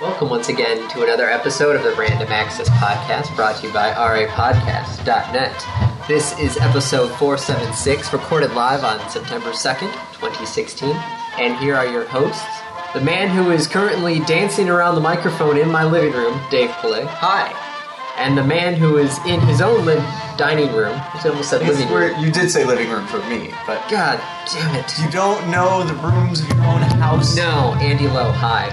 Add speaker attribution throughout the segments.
Speaker 1: welcome once again to another episode of the Random Access Podcast brought to you by rapodcast.net. This is episode 476, recorded live on September 2nd, 2016. And here are your hosts the man who is currently dancing around the microphone in my living room, Dave Pillay. Hi. And the man who is in his own li- dining room. I almost said
Speaker 2: It's
Speaker 1: living room.
Speaker 2: where you did say living room for me, but
Speaker 1: God damn it.
Speaker 2: you don't know the rooms of your own house.
Speaker 1: No, Andy Lowe, hi.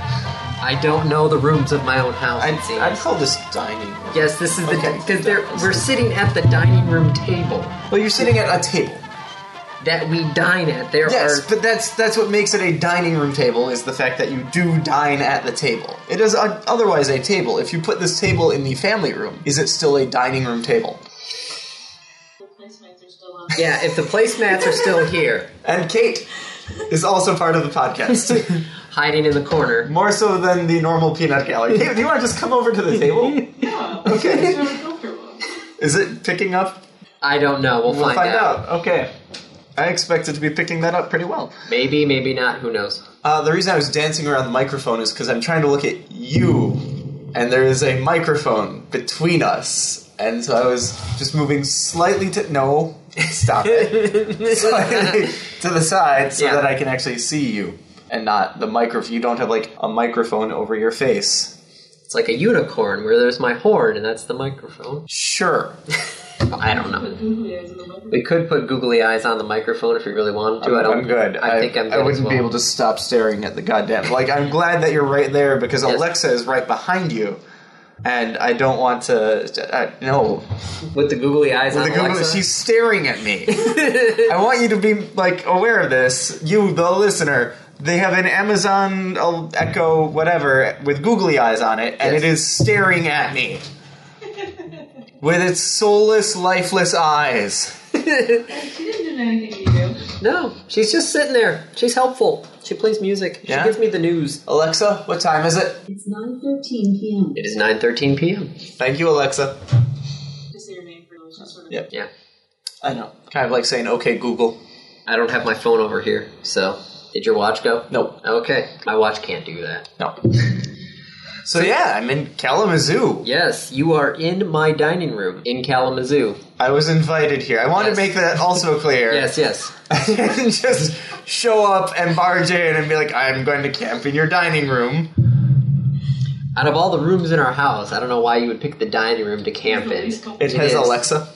Speaker 1: I don't know the rooms of my own house,
Speaker 2: I'd,
Speaker 1: it seems.
Speaker 2: I'd call this dining room.
Speaker 1: Yes, this is the
Speaker 2: Okay.
Speaker 1: because they're we're sitting at the dining room table
Speaker 2: Well, you're sitting at a table.
Speaker 1: that we dine at. There
Speaker 2: Yes,
Speaker 1: are
Speaker 2: but that's that's what makes it a dining room table is the fact that you do dine at the table. It is o- otherwise a table. If you put this table in the family room, is it still a dining room table?
Speaker 3: The placemats are still on.
Speaker 1: yeah. If the placemats are still here,
Speaker 2: And Kate is also part of the podcast,
Speaker 1: hiding in the corner,
Speaker 2: more so than the normal peanut gallery. Kate, do you want to just come over to the table?
Speaker 3: No,
Speaker 2: Okay.
Speaker 3: it's really comfortable.
Speaker 2: Is it picking up
Speaker 1: I don't know. We'll,
Speaker 2: We'll find out. Okay. I expected to be picking that up pretty well.
Speaker 1: Maybe, maybe not. Who knows?
Speaker 2: Uh, the reason I was dancing around the microphone is because I'm trying to look at you, and there is a microphone between us, and so I was just moving slightly to no, stop it, slightly to the side so
Speaker 1: Yeah.
Speaker 2: that I can actually see you and not the microphone. You don't have like a microphone over your face.
Speaker 1: It's like a unicorn where there's my horn and that's the microphone.
Speaker 2: Sure,
Speaker 1: I don't know.
Speaker 3: Googly eyes in the microphone.
Speaker 1: We could put googly eyes on the microphone if we really wanted to. I
Speaker 2: I'm,
Speaker 1: don't.
Speaker 2: I'm good.
Speaker 1: I, think I'm. Good
Speaker 2: I wouldn't
Speaker 1: as well.
Speaker 2: be able to stop staring at the goddamn. Like I'm glad that you're right there because
Speaker 1: Yes.
Speaker 2: Alexa is right behind you, and I don't want to. I, no,
Speaker 1: with the googly eyes on
Speaker 2: the Google,
Speaker 1: Alexa?
Speaker 2: she's staring at me. I want you to be like aware of this, you, the listener. They have an Amazon uh, Echo whatever with googly eyes on it, and
Speaker 1: Yes.
Speaker 2: it is staring at me with its soulless, lifeless eyes.
Speaker 3: She didn't do anything to you.
Speaker 1: no, she's just sitting there. She's helpful. She plays music.
Speaker 2: Yeah?
Speaker 1: She gives me the news.
Speaker 2: Alexa, what time is it?
Speaker 3: It's 9.13 p.m.
Speaker 1: It is 9:13 p.m.
Speaker 2: Thank you, Alexa.
Speaker 3: Just say your name for those. Just sort of
Speaker 2: Yep.
Speaker 1: Yeah.
Speaker 2: I know. Kind of like saying, okay, Google.
Speaker 1: I don't have my phone over here, so did your watch go?
Speaker 2: Nope.
Speaker 1: Okay. My watch can't do that.
Speaker 2: No. So yeah, I'm in Kalamazoo.
Speaker 1: Yes, you are in my dining room in Kalamazoo.
Speaker 2: I was invited here. I want
Speaker 1: Yes.
Speaker 2: to make that also clear.
Speaker 1: Yes, yes.
Speaker 2: I didn't just show up and barge in and be like, I'm going to camp in your dining room.
Speaker 1: Out of all the rooms in our house, I don't know why you would pick the dining room to camp in.
Speaker 3: Nobody's comfortable.
Speaker 2: It has
Speaker 1: is.
Speaker 2: Alexa.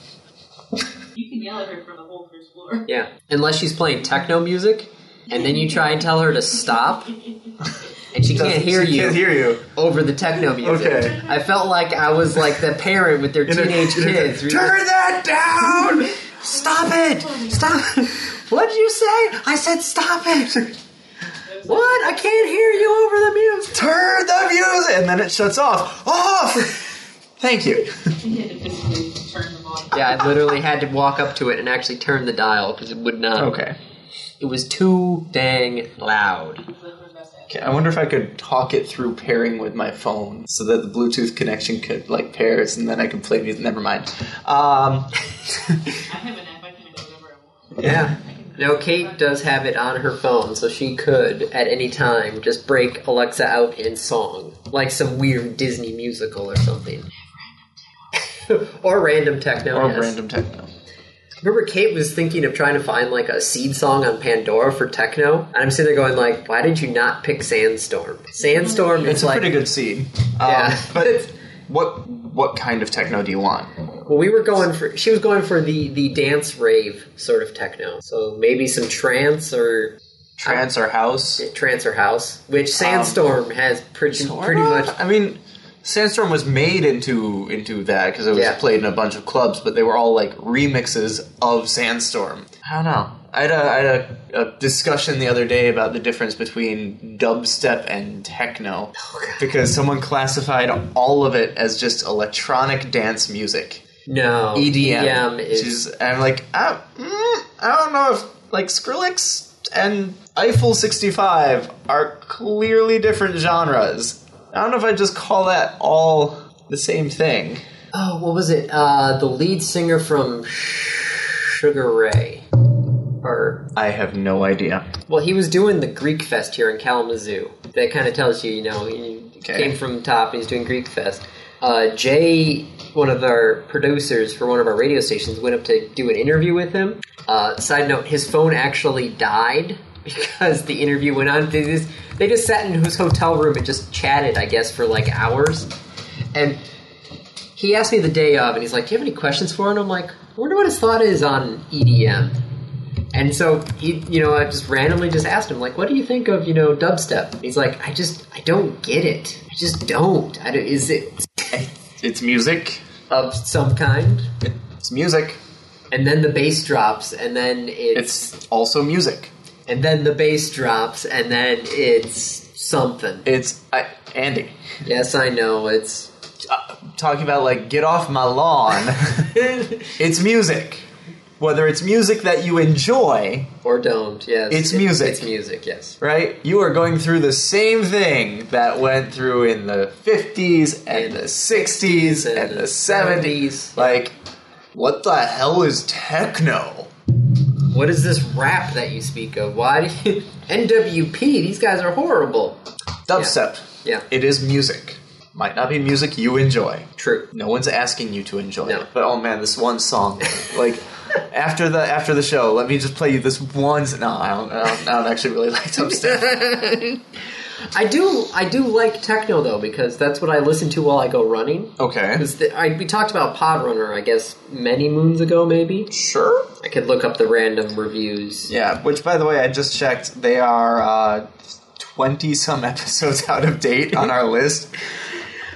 Speaker 3: You can yell at her from the whole first floor.
Speaker 1: Yeah. Unless she's playing techno music, and then you try and tell her to stop, and she can't
Speaker 2: Doesn't-
Speaker 1: hear
Speaker 2: she
Speaker 1: you
Speaker 2: Can't hear you.
Speaker 1: over the techno music.
Speaker 2: Okay.
Speaker 1: I felt like I was like the parent with their
Speaker 2: In a-
Speaker 1: teenage
Speaker 2: in a-
Speaker 1: kids.
Speaker 2: Turn that down! Stop it! Stop!
Speaker 1: What did you say? I said stop it. What? I can't hear you over the music.
Speaker 2: Turn the music! And then it shuts off. Off! Thank you.
Speaker 3: You had to physically turn them on.
Speaker 1: Yeah, I literally had to walk up to it and actually turn the dial because it would not.
Speaker 2: Okay.
Speaker 1: It was too dang loud.
Speaker 3: That's what I said.
Speaker 2: Okay, I wonder if I could talk it through pairing with my phone so that the Bluetooth connection could like pairs and then I could play music. Never mind. Um,
Speaker 3: I have an app. I can do whatever I want.
Speaker 2: yeah.
Speaker 1: Now, Kate does have it on her phone, so she could, at any time, just break Alexa out in song. Like some weird Disney musical or something. or random techno.
Speaker 2: Or
Speaker 1: yes.
Speaker 2: random techno.
Speaker 1: Remember, Kate was thinking of trying to find like a seed song on Pandora for techno, and I'm sitting there going like, "Why did you not pick Sandstorm? Sandstorm
Speaker 2: It's
Speaker 1: is like
Speaker 2: a pretty good scene. Um,
Speaker 1: Yeah.
Speaker 2: but what what kind of techno do you want?
Speaker 1: Well, we were going for she was going for the the dance rave sort of techno. So maybe some trance or
Speaker 2: Trance or house?
Speaker 1: trance or house, which Sandstorm has pretty pretty
Speaker 2: Sort of.
Speaker 1: much.
Speaker 2: I mean, Sandstorm was made into into that because it was
Speaker 1: Yeah.
Speaker 2: played in a bunch of clubs, but they were all like remixes of Sandstorm. I don't know. I had, a, I had a, a discussion the other day about the difference between dubstep and techno
Speaker 1: Oh,
Speaker 2: because someone classified all of it as just electronic dance music.
Speaker 1: No E
Speaker 2: EDM,
Speaker 1: is
Speaker 2: which is, and I'm like, I, mm, I don't know if like Skrillex and Eiffel 65 are clearly different genres. I don't know if I just call that all the same thing.
Speaker 1: oh what was it? Uh, the lead singer from Sugar Ray, or
Speaker 2: I have no idea.
Speaker 1: well, he was doing the Greek Fest here in Kalamazoo, that kind of tells you, you know, he
Speaker 2: Okay.
Speaker 1: came from top and he's doing Greek Fest. Uh, Jay, one of our producers for one of our radio stations, went up to do an interview with him. Uh, side note, his phone actually died because the interview went on. They just, they just sat in his hotel room and just chatted, I guess, for like hours. And he asked me the day of, and he's like, "Do you have any questions for?" him?" And I'm like, "I wonder what his thought is on E EDM." And so he, you know, I just randomly just asked him, like, "What do you think of you know dubstep?" And he's like, "I just, I don't get it. I just don't. I don't is it
Speaker 2: It's music.
Speaker 1: of some kind?"
Speaker 2: It's music.
Speaker 1: And then the bass drops, and then it's,
Speaker 2: It's also music.
Speaker 1: and then the bass drops, and then it's something.
Speaker 2: It's I, Andy
Speaker 1: Yes, I know it's.
Speaker 2: uh, talking about like get off my lawn. it's music. Whether it's music that you enjoy,
Speaker 1: or don't, yes.
Speaker 2: It's
Speaker 1: It-
Speaker 2: music.
Speaker 1: It's music, yes.
Speaker 2: right? You are going through the same thing that went through in the 50s and the 60s and the 70s. Like, what the hell is techno?
Speaker 1: What is this rap that you speak of? Why do you, NWP? These guys are horrible.
Speaker 2: Dubstep.
Speaker 1: Yeah,
Speaker 2: It is music. Might not be music you enjoy.
Speaker 1: true.
Speaker 2: No one's asking you to enjoy
Speaker 1: No.
Speaker 2: it. But oh man, this one song. like after the after the show, let me just play you this one. s- No, I don't, I don't, I don't actually really like dubstep.
Speaker 1: I do. I do like techno though because that's what I listen to while I go running.
Speaker 2: okay.
Speaker 1: 'Cause the- I, we talked about Podrunner, I guess, many moons ago, maybe.
Speaker 2: Sure.
Speaker 1: I could look up the random reviews.
Speaker 2: Yeah, which by the way, I just checked. They are twenty some episodes out of date on our list.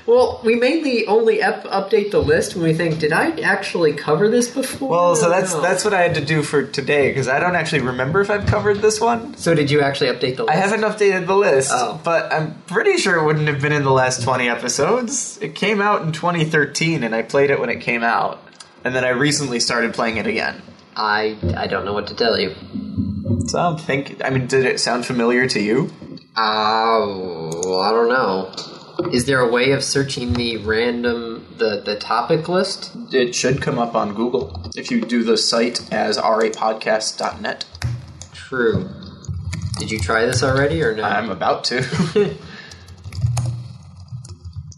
Speaker 1: Well, we mainly only up- update the list when we think, did I actually cover this before?
Speaker 2: Well, so that's
Speaker 1: No.
Speaker 2: that's what I had to do for today because I don't actually remember if I've covered this one.
Speaker 1: So did you actually update the
Speaker 2: I
Speaker 1: list?
Speaker 2: haven't updated the list,
Speaker 1: Oh.
Speaker 2: but I'm pretty sure it wouldn't have been in the last 20 episodes. It came out in 2013, and I played it when it came out, and then I recently started playing it again.
Speaker 1: I I don't know what to tell you.
Speaker 2: So I'm thinking. I mean, did it sound familiar to you?
Speaker 1: Oh, I don't know. Is there a way of searching the random the the topic list?
Speaker 2: It should come up on Google if you do the site as rapodcast.net.
Speaker 1: True. Did you try this already or no?
Speaker 2: I'm about to.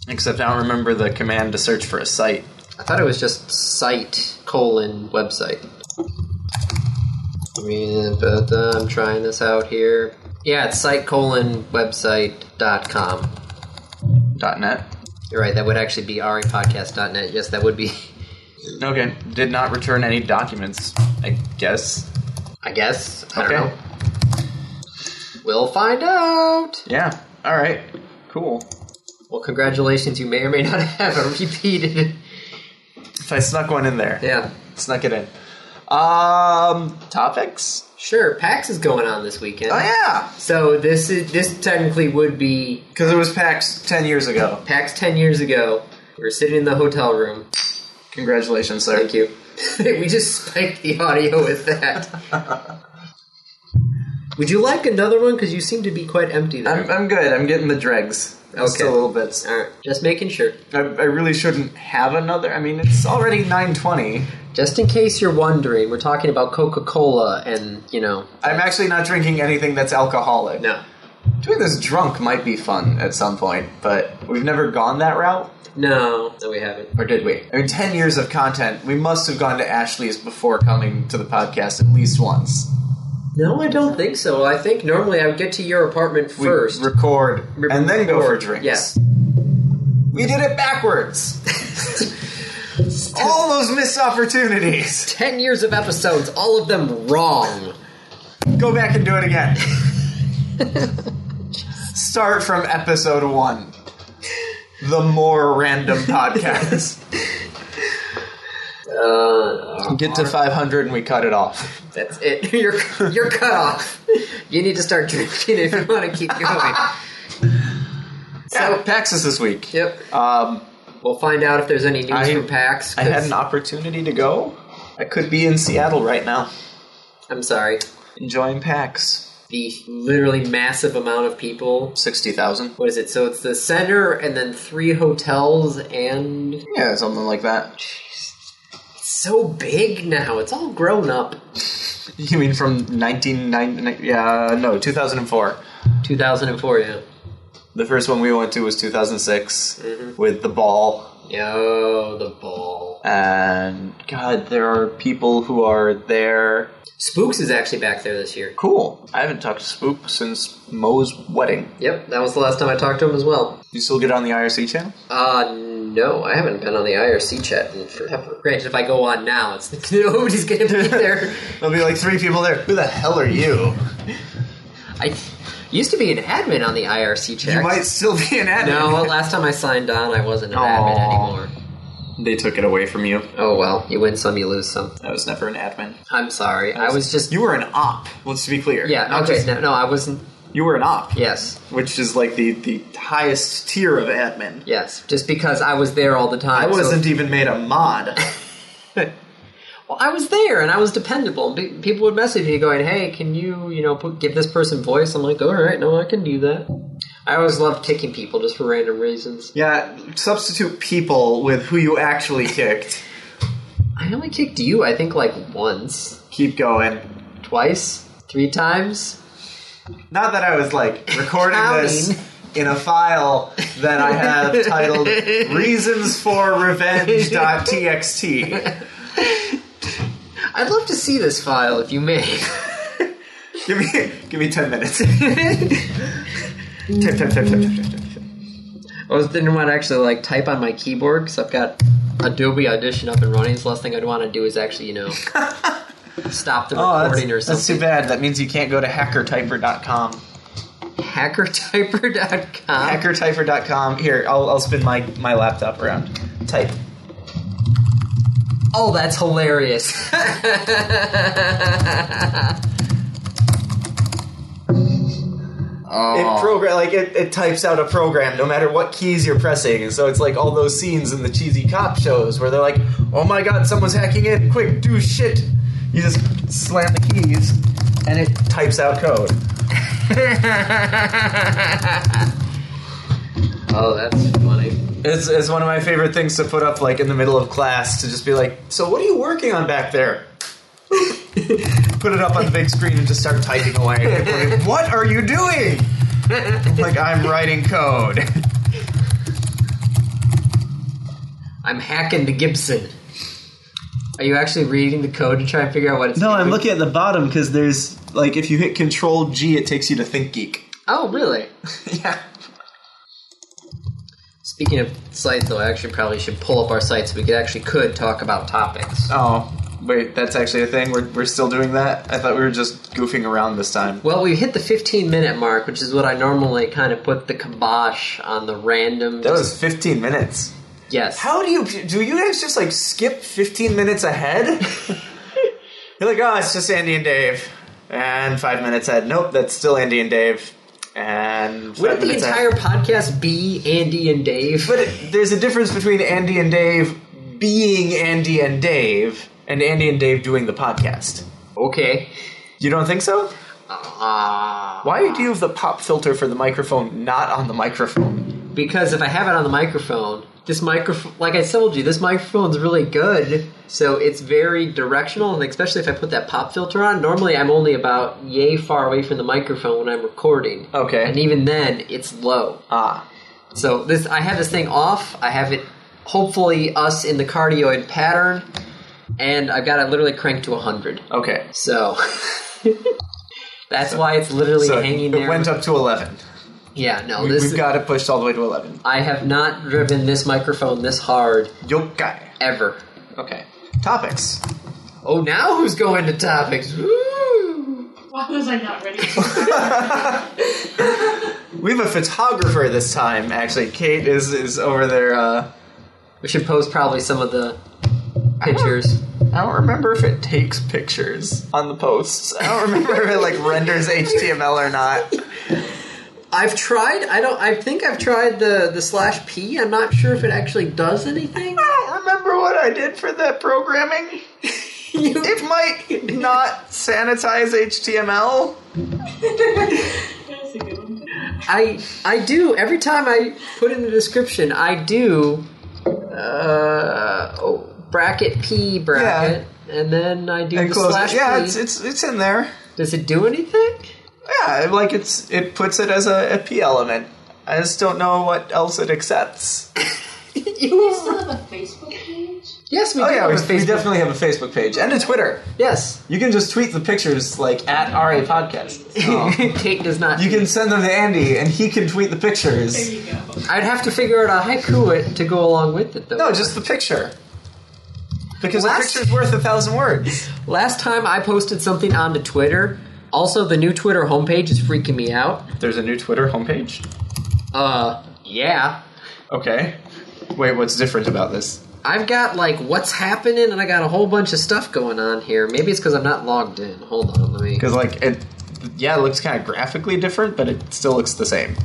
Speaker 2: Except I don't remember the command to search for a site.
Speaker 1: I thought it was just site colon website. I mean, but uh, I'm trying this out here. Yeah, it's site colon website dot com.
Speaker 2: .net.
Speaker 1: You're right. That would actually be repodcast.net. Yes, that would be.
Speaker 2: Okay. Did not return any documents, I guess.
Speaker 1: I guess. I
Speaker 2: Okay.
Speaker 1: don't know. We'll find out.
Speaker 2: Yeah. All right. Cool.
Speaker 1: Well, congratulations. You may or may not have a repeated.
Speaker 2: If I snuck one in there,
Speaker 1: Yeah.
Speaker 2: snuck it in. Um, topics?
Speaker 1: Sure, PAX is going on this weekend.
Speaker 2: Oh yeah,
Speaker 1: So this is this technically would be
Speaker 2: because it was PAX ten years ago.
Speaker 1: PAX ten years ago. We were sitting in the hotel room.
Speaker 2: Congratulations, sir.
Speaker 1: Thank you. we just spiked the audio with that. Would you like another one? Because you seem to be quite empty there.
Speaker 2: I'm, I'm good. I'm getting the dregs. Just
Speaker 1: Okay.
Speaker 2: a little bit.
Speaker 1: All right, just making sure.
Speaker 2: I, I really shouldn't have another. I mean, it's already nine twenty.
Speaker 1: Just in case you're wondering, we're talking about Coca Cola, and you know,
Speaker 2: I'm actually not drinking anything that's alcoholic.
Speaker 1: no,
Speaker 2: Doing this drunk might be fun at some point, but we've never gone that route.
Speaker 1: no, no, we haven't.
Speaker 2: Or did we? I mean, 10 years of content, we must have gone to Ashley's before coming to the podcast at least once.
Speaker 1: No, I don't think so. I think normally I would get to your apartment
Speaker 2: We
Speaker 1: first.
Speaker 2: record,
Speaker 1: Re-
Speaker 2: and then go for
Speaker 1: record,
Speaker 2: drinks.
Speaker 1: yes.
Speaker 2: We did it backwards. All those missed opportunities.
Speaker 1: 10 years of episodes, all of them wrong.
Speaker 2: Go back and do it again. Start from episode one. The more random podcast.
Speaker 1: Uh,
Speaker 2: Get to 500 and we cut it off.
Speaker 1: That's it. You're, you're cut off. You need to start drinking if you want to keep going.
Speaker 2: So,
Speaker 1: So,
Speaker 2: PAX is this week.
Speaker 1: yep.
Speaker 2: Um,
Speaker 1: We'll find out if there's any news
Speaker 2: I-
Speaker 1: from PAX.
Speaker 2: I had
Speaker 1: 'cause-
Speaker 2: an opportunity to go. I could be in Seattle right now,
Speaker 1: I'm sorry.
Speaker 2: enjoying PAX.
Speaker 1: The literally massive amount of people.
Speaker 2: 60,000.
Speaker 1: What is it? So it's the center and then three hotels and.
Speaker 2: Yeah, something like that.
Speaker 1: It's so big now. It's all grown up.
Speaker 2: You mean from 1990? Yeah, no, 2004.
Speaker 1: 2004, yeah.
Speaker 2: The first one we went to was 2006 with the ball.
Speaker 1: Yo, the ball.
Speaker 2: And God, there are people who are there.
Speaker 1: Spooks is actually back there this year.
Speaker 2: Cool. I haven't talked to Spook since Moe's wedding.
Speaker 1: Yep, that was the last time I talked to him as well.
Speaker 2: You still get on the IRC channel?
Speaker 1: Uh, no, I haven't been on the IRC chat in forever. Granted, if I go on now, it's nobody's gonna be there.
Speaker 2: There'll be like three people there. Who the hell are you?
Speaker 1: I used to be an admin on the IRC chat.
Speaker 2: You might still be an admin.
Speaker 1: No, last time I signed on, I wasn't an admin
Speaker 2: Aw.
Speaker 1: anymore.
Speaker 2: They took it away from you.
Speaker 1: Oh well, you win some, you lose some.
Speaker 2: I was never an admin.
Speaker 1: I'm sorry. I was just
Speaker 2: You were an op. Let's be clear.
Speaker 1: yeah.
Speaker 2: Not
Speaker 1: Okay,
Speaker 2: just-
Speaker 1: no, no, I wasn't.
Speaker 2: you were an op.
Speaker 1: Yes,
Speaker 2: Which is like the, the highest tier of admin.
Speaker 1: yes. Just because I was there all the time.
Speaker 2: I
Speaker 1: so-
Speaker 2: wasn't even made a mod.
Speaker 1: Well, I was there and I was dependable. Be- People would message me going, "Hey, can you, you know, put, give this person voice?" I'm like, "All right, no, I can do that." I always love kicking people just for random reasons.
Speaker 2: yeah, substitute people with who you actually kicked.
Speaker 1: I only kicked you, I think, like once,
Speaker 2: Keep going.
Speaker 1: twice, three times.
Speaker 2: Not that I was like recording this
Speaker 1: Counting.
Speaker 2: in a file that I have titled Reasons for Revenge.txt.
Speaker 1: I'd love to see this file if you may.
Speaker 2: Give me give me ten minutes. Tip, tip, tip, tip, tip, tip, tip.
Speaker 1: I was didn't want to actually like type on my keyboard because I've got Adobe Audition up and running. So last thing I'd want to do is actually, you know, stop the
Speaker 2: Oh, that's,
Speaker 1: recording or
Speaker 2: that's too
Speaker 1: something.
Speaker 2: bad. That means you can't go to hackertyper.com.
Speaker 1: Hackertyper.com.
Speaker 2: Hackertyper.com. Here, I'll, I'll spin my, my laptop around. Type.
Speaker 1: Oh, that's hilarious.
Speaker 2: It program like it, it types out a program no matter what keys you're pressing. And so it's like all those scenes in the cheesy cop shows where they're like, "Oh my god, someone's hacking in! Quick, do shit!" You just slam the keys, and it types out code.
Speaker 1: oh, that's funny.
Speaker 2: It's, it's one of my favorite things to put up like in the middle of class to just be like, so what are you working on back there? put it up on the big screen and just start typing away. Like, what are you doing? I'm like I'm writing code.
Speaker 1: I'm hacking the Gibson. Are you actually reading the code to try and figure out what it's
Speaker 2: No, I'm
Speaker 1: doing?
Speaker 2: looking at the bottom because there's like if you hit Control G, it takes you to ThinkGeek.
Speaker 1: Oh, really?
Speaker 2: yeah.
Speaker 1: Speaking of sites, though, I actually probably should pull up our site so we could actually could talk about topics.
Speaker 2: Oh, wait, that's actually a thing. We're we're still doing that. I thought we were just goofing around this time.
Speaker 1: Well, we hit the 15 minute mark, which is what I normally kind of put the kibosh on the random.
Speaker 2: That was 15 minutes.
Speaker 1: yes.
Speaker 2: How do you do? You guys just like skip fifteen minutes ahead? You're like, oh, it's just Andy and Dave, and five minutes ahead. Nope, that's still Andy and Dave, and five
Speaker 1: Wouldn't the
Speaker 2: minutes
Speaker 1: entire
Speaker 2: ahead.
Speaker 1: podcast be Andy and Dave?
Speaker 2: But it, there's a difference between Andy and Dave being Andy and Dave, and Andy and Dave doing the podcast.
Speaker 1: okay.
Speaker 2: You don't think so?
Speaker 1: Ah.
Speaker 2: Why do you have the pop filter for the microphone not on the microphone?
Speaker 1: because if I have it on the microphone, this microphone, like I told you, this microphone's really good. So it's very directional, and especially if I put that pop filter on. Normally, I'm only about yay far away from the microphone when I'm recording.
Speaker 2: Okay.
Speaker 1: And even then, it's low.
Speaker 2: Ah,
Speaker 1: So this, I have this thing off. I have it, hopefully, us in the cardioid pattern, and I've got it literally cranked to 100.
Speaker 2: okay.
Speaker 1: So. That's why it's literally
Speaker 2: So
Speaker 1: hanging
Speaker 2: it
Speaker 1: there.
Speaker 2: went up to eleven.
Speaker 1: yeah, no,
Speaker 2: We,
Speaker 1: this
Speaker 2: we've
Speaker 1: is,
Speaker 2: got it pushed all the way to eleven.
Speaker 1: I have not driven this microphone this hard
Speaker 2: Yokai.
Speaker 1: ever.
Speaker 2: Okay. Topics.
Speaker 1: Oh, now who's going to topics? Woo!
Speaker 3: Why was I not ready? For
Speaker 2: We have a photographer this time, actually. Kate is, is over there. Uh,
Speaker 1: We should post probably some of the pictures.
Speaker 2: I don't remember if it takes pictures on the posts. I don't remember if it like renders HTML or not.
Speaker 1: I've tried. I don't. I think I've tried the the slash p. I'm not sure if it actually does anything.
Speaker 2: I don't remember what I did for that programming. It might not sanitize HTML.
Speaker 3: That's a good one.
Speaker 1: I I do every time I put in the description. I do. Uh, oh, bracket p bracket, and then I do
Speaker 2: And
Speaker 1: the
Speaker 2: close
Speaker 1: slash
Speaker 2: it. Yeah,
Speaker 1: p.
Speaker 2: it's, it's it's in there.
Speaker 1: does it do anything?
Speaker 2: Yeah, like it's it puts it as a, a p element. I just don't know what else it accepts.
Speaker 3: Do you still have a Facebook page?
Speaker 1: Yes, we
Speaker 2: Oh
Speaker 1: do
Speaker 2: yeah,
Speaker 1: have
Speaker 2: we,
Speaker 1: a
Speaker 2: we
Speaker 1: Facebook.
Speaker 2: definitely have a Facebook page and a Twitter.
Speaker 1: yes.
Speaker 2: You can just tweet the pictures like at RA Podcast.
Speaker 1: Oh, Kate does not.
Speaker 2: You can send them to Andy, and he can tweet the
Speaker 3: There
Speaker 2: pictures.
Speaker 3: you go.
Speaker 1: I'd have to figure out a haiku it to go along with it, though.
Speaker 2: No, just the picture. Because a
Speaker 1: Last-
Speaker 2: picture's worth a thousand words.
Speaker 1: Last time I posted something onto Twitter. Also, the new Twitter homepage is freaking me out.
Speaker 2: There's a new Twitter homepage.
Speaker 1: Uh, yeah.
Speaker 2: Okay. Wait, what's different about this?
Speaker 1: I've got like what's happening, and I got a whole bunch of stuff going on here. Maybe it's because I'm not logged in. Hold on, let me.
Speaker 2: Because like it, yeah, it looks kind of graphically different, but it still looks the same,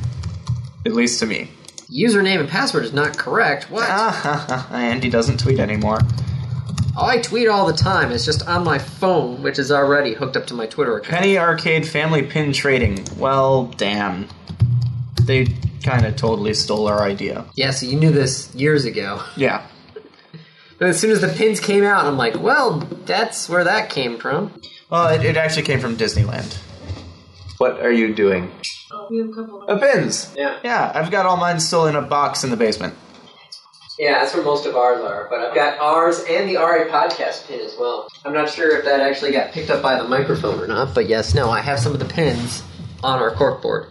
Speaker 2: at least to me.
Speaker 1: Username and password is not correct. What?
Speaker 2: Ah. Andy doesn't tweet anymore.
Speaker 1: Oh, I tweet all the time. It's just on my phone, which is already hooked up to my Twitter account.
Speaker 2: Penny Arcade Family Pin Trading. Well, damn. They kind of totally stole our idea.
Speaker 1: Yeah, so you knew this years ago.
Speaker 2: Yeah.
Speaker 1: But as soon as the pins came out, I'm like, well, that's where that came from.
Speaker 2: Well, it, it actually came from Disneyland. What are you doing?
Speaker 3: Oh, we have a couple
Speaker 2: A
Speaker 3: of
Speaker 2: pins.
Speaker 1: Yeah.
Speaker 2: Yeah, I've got all mine still in a box in the basement.
Speaker 1: Yeah, that's where most of ours are. But I've got ours and the RA podcast pin as well. I'm not sure if that actually got picked up by the microphone or not, but yes, no, I have some of the pins on our corkboard.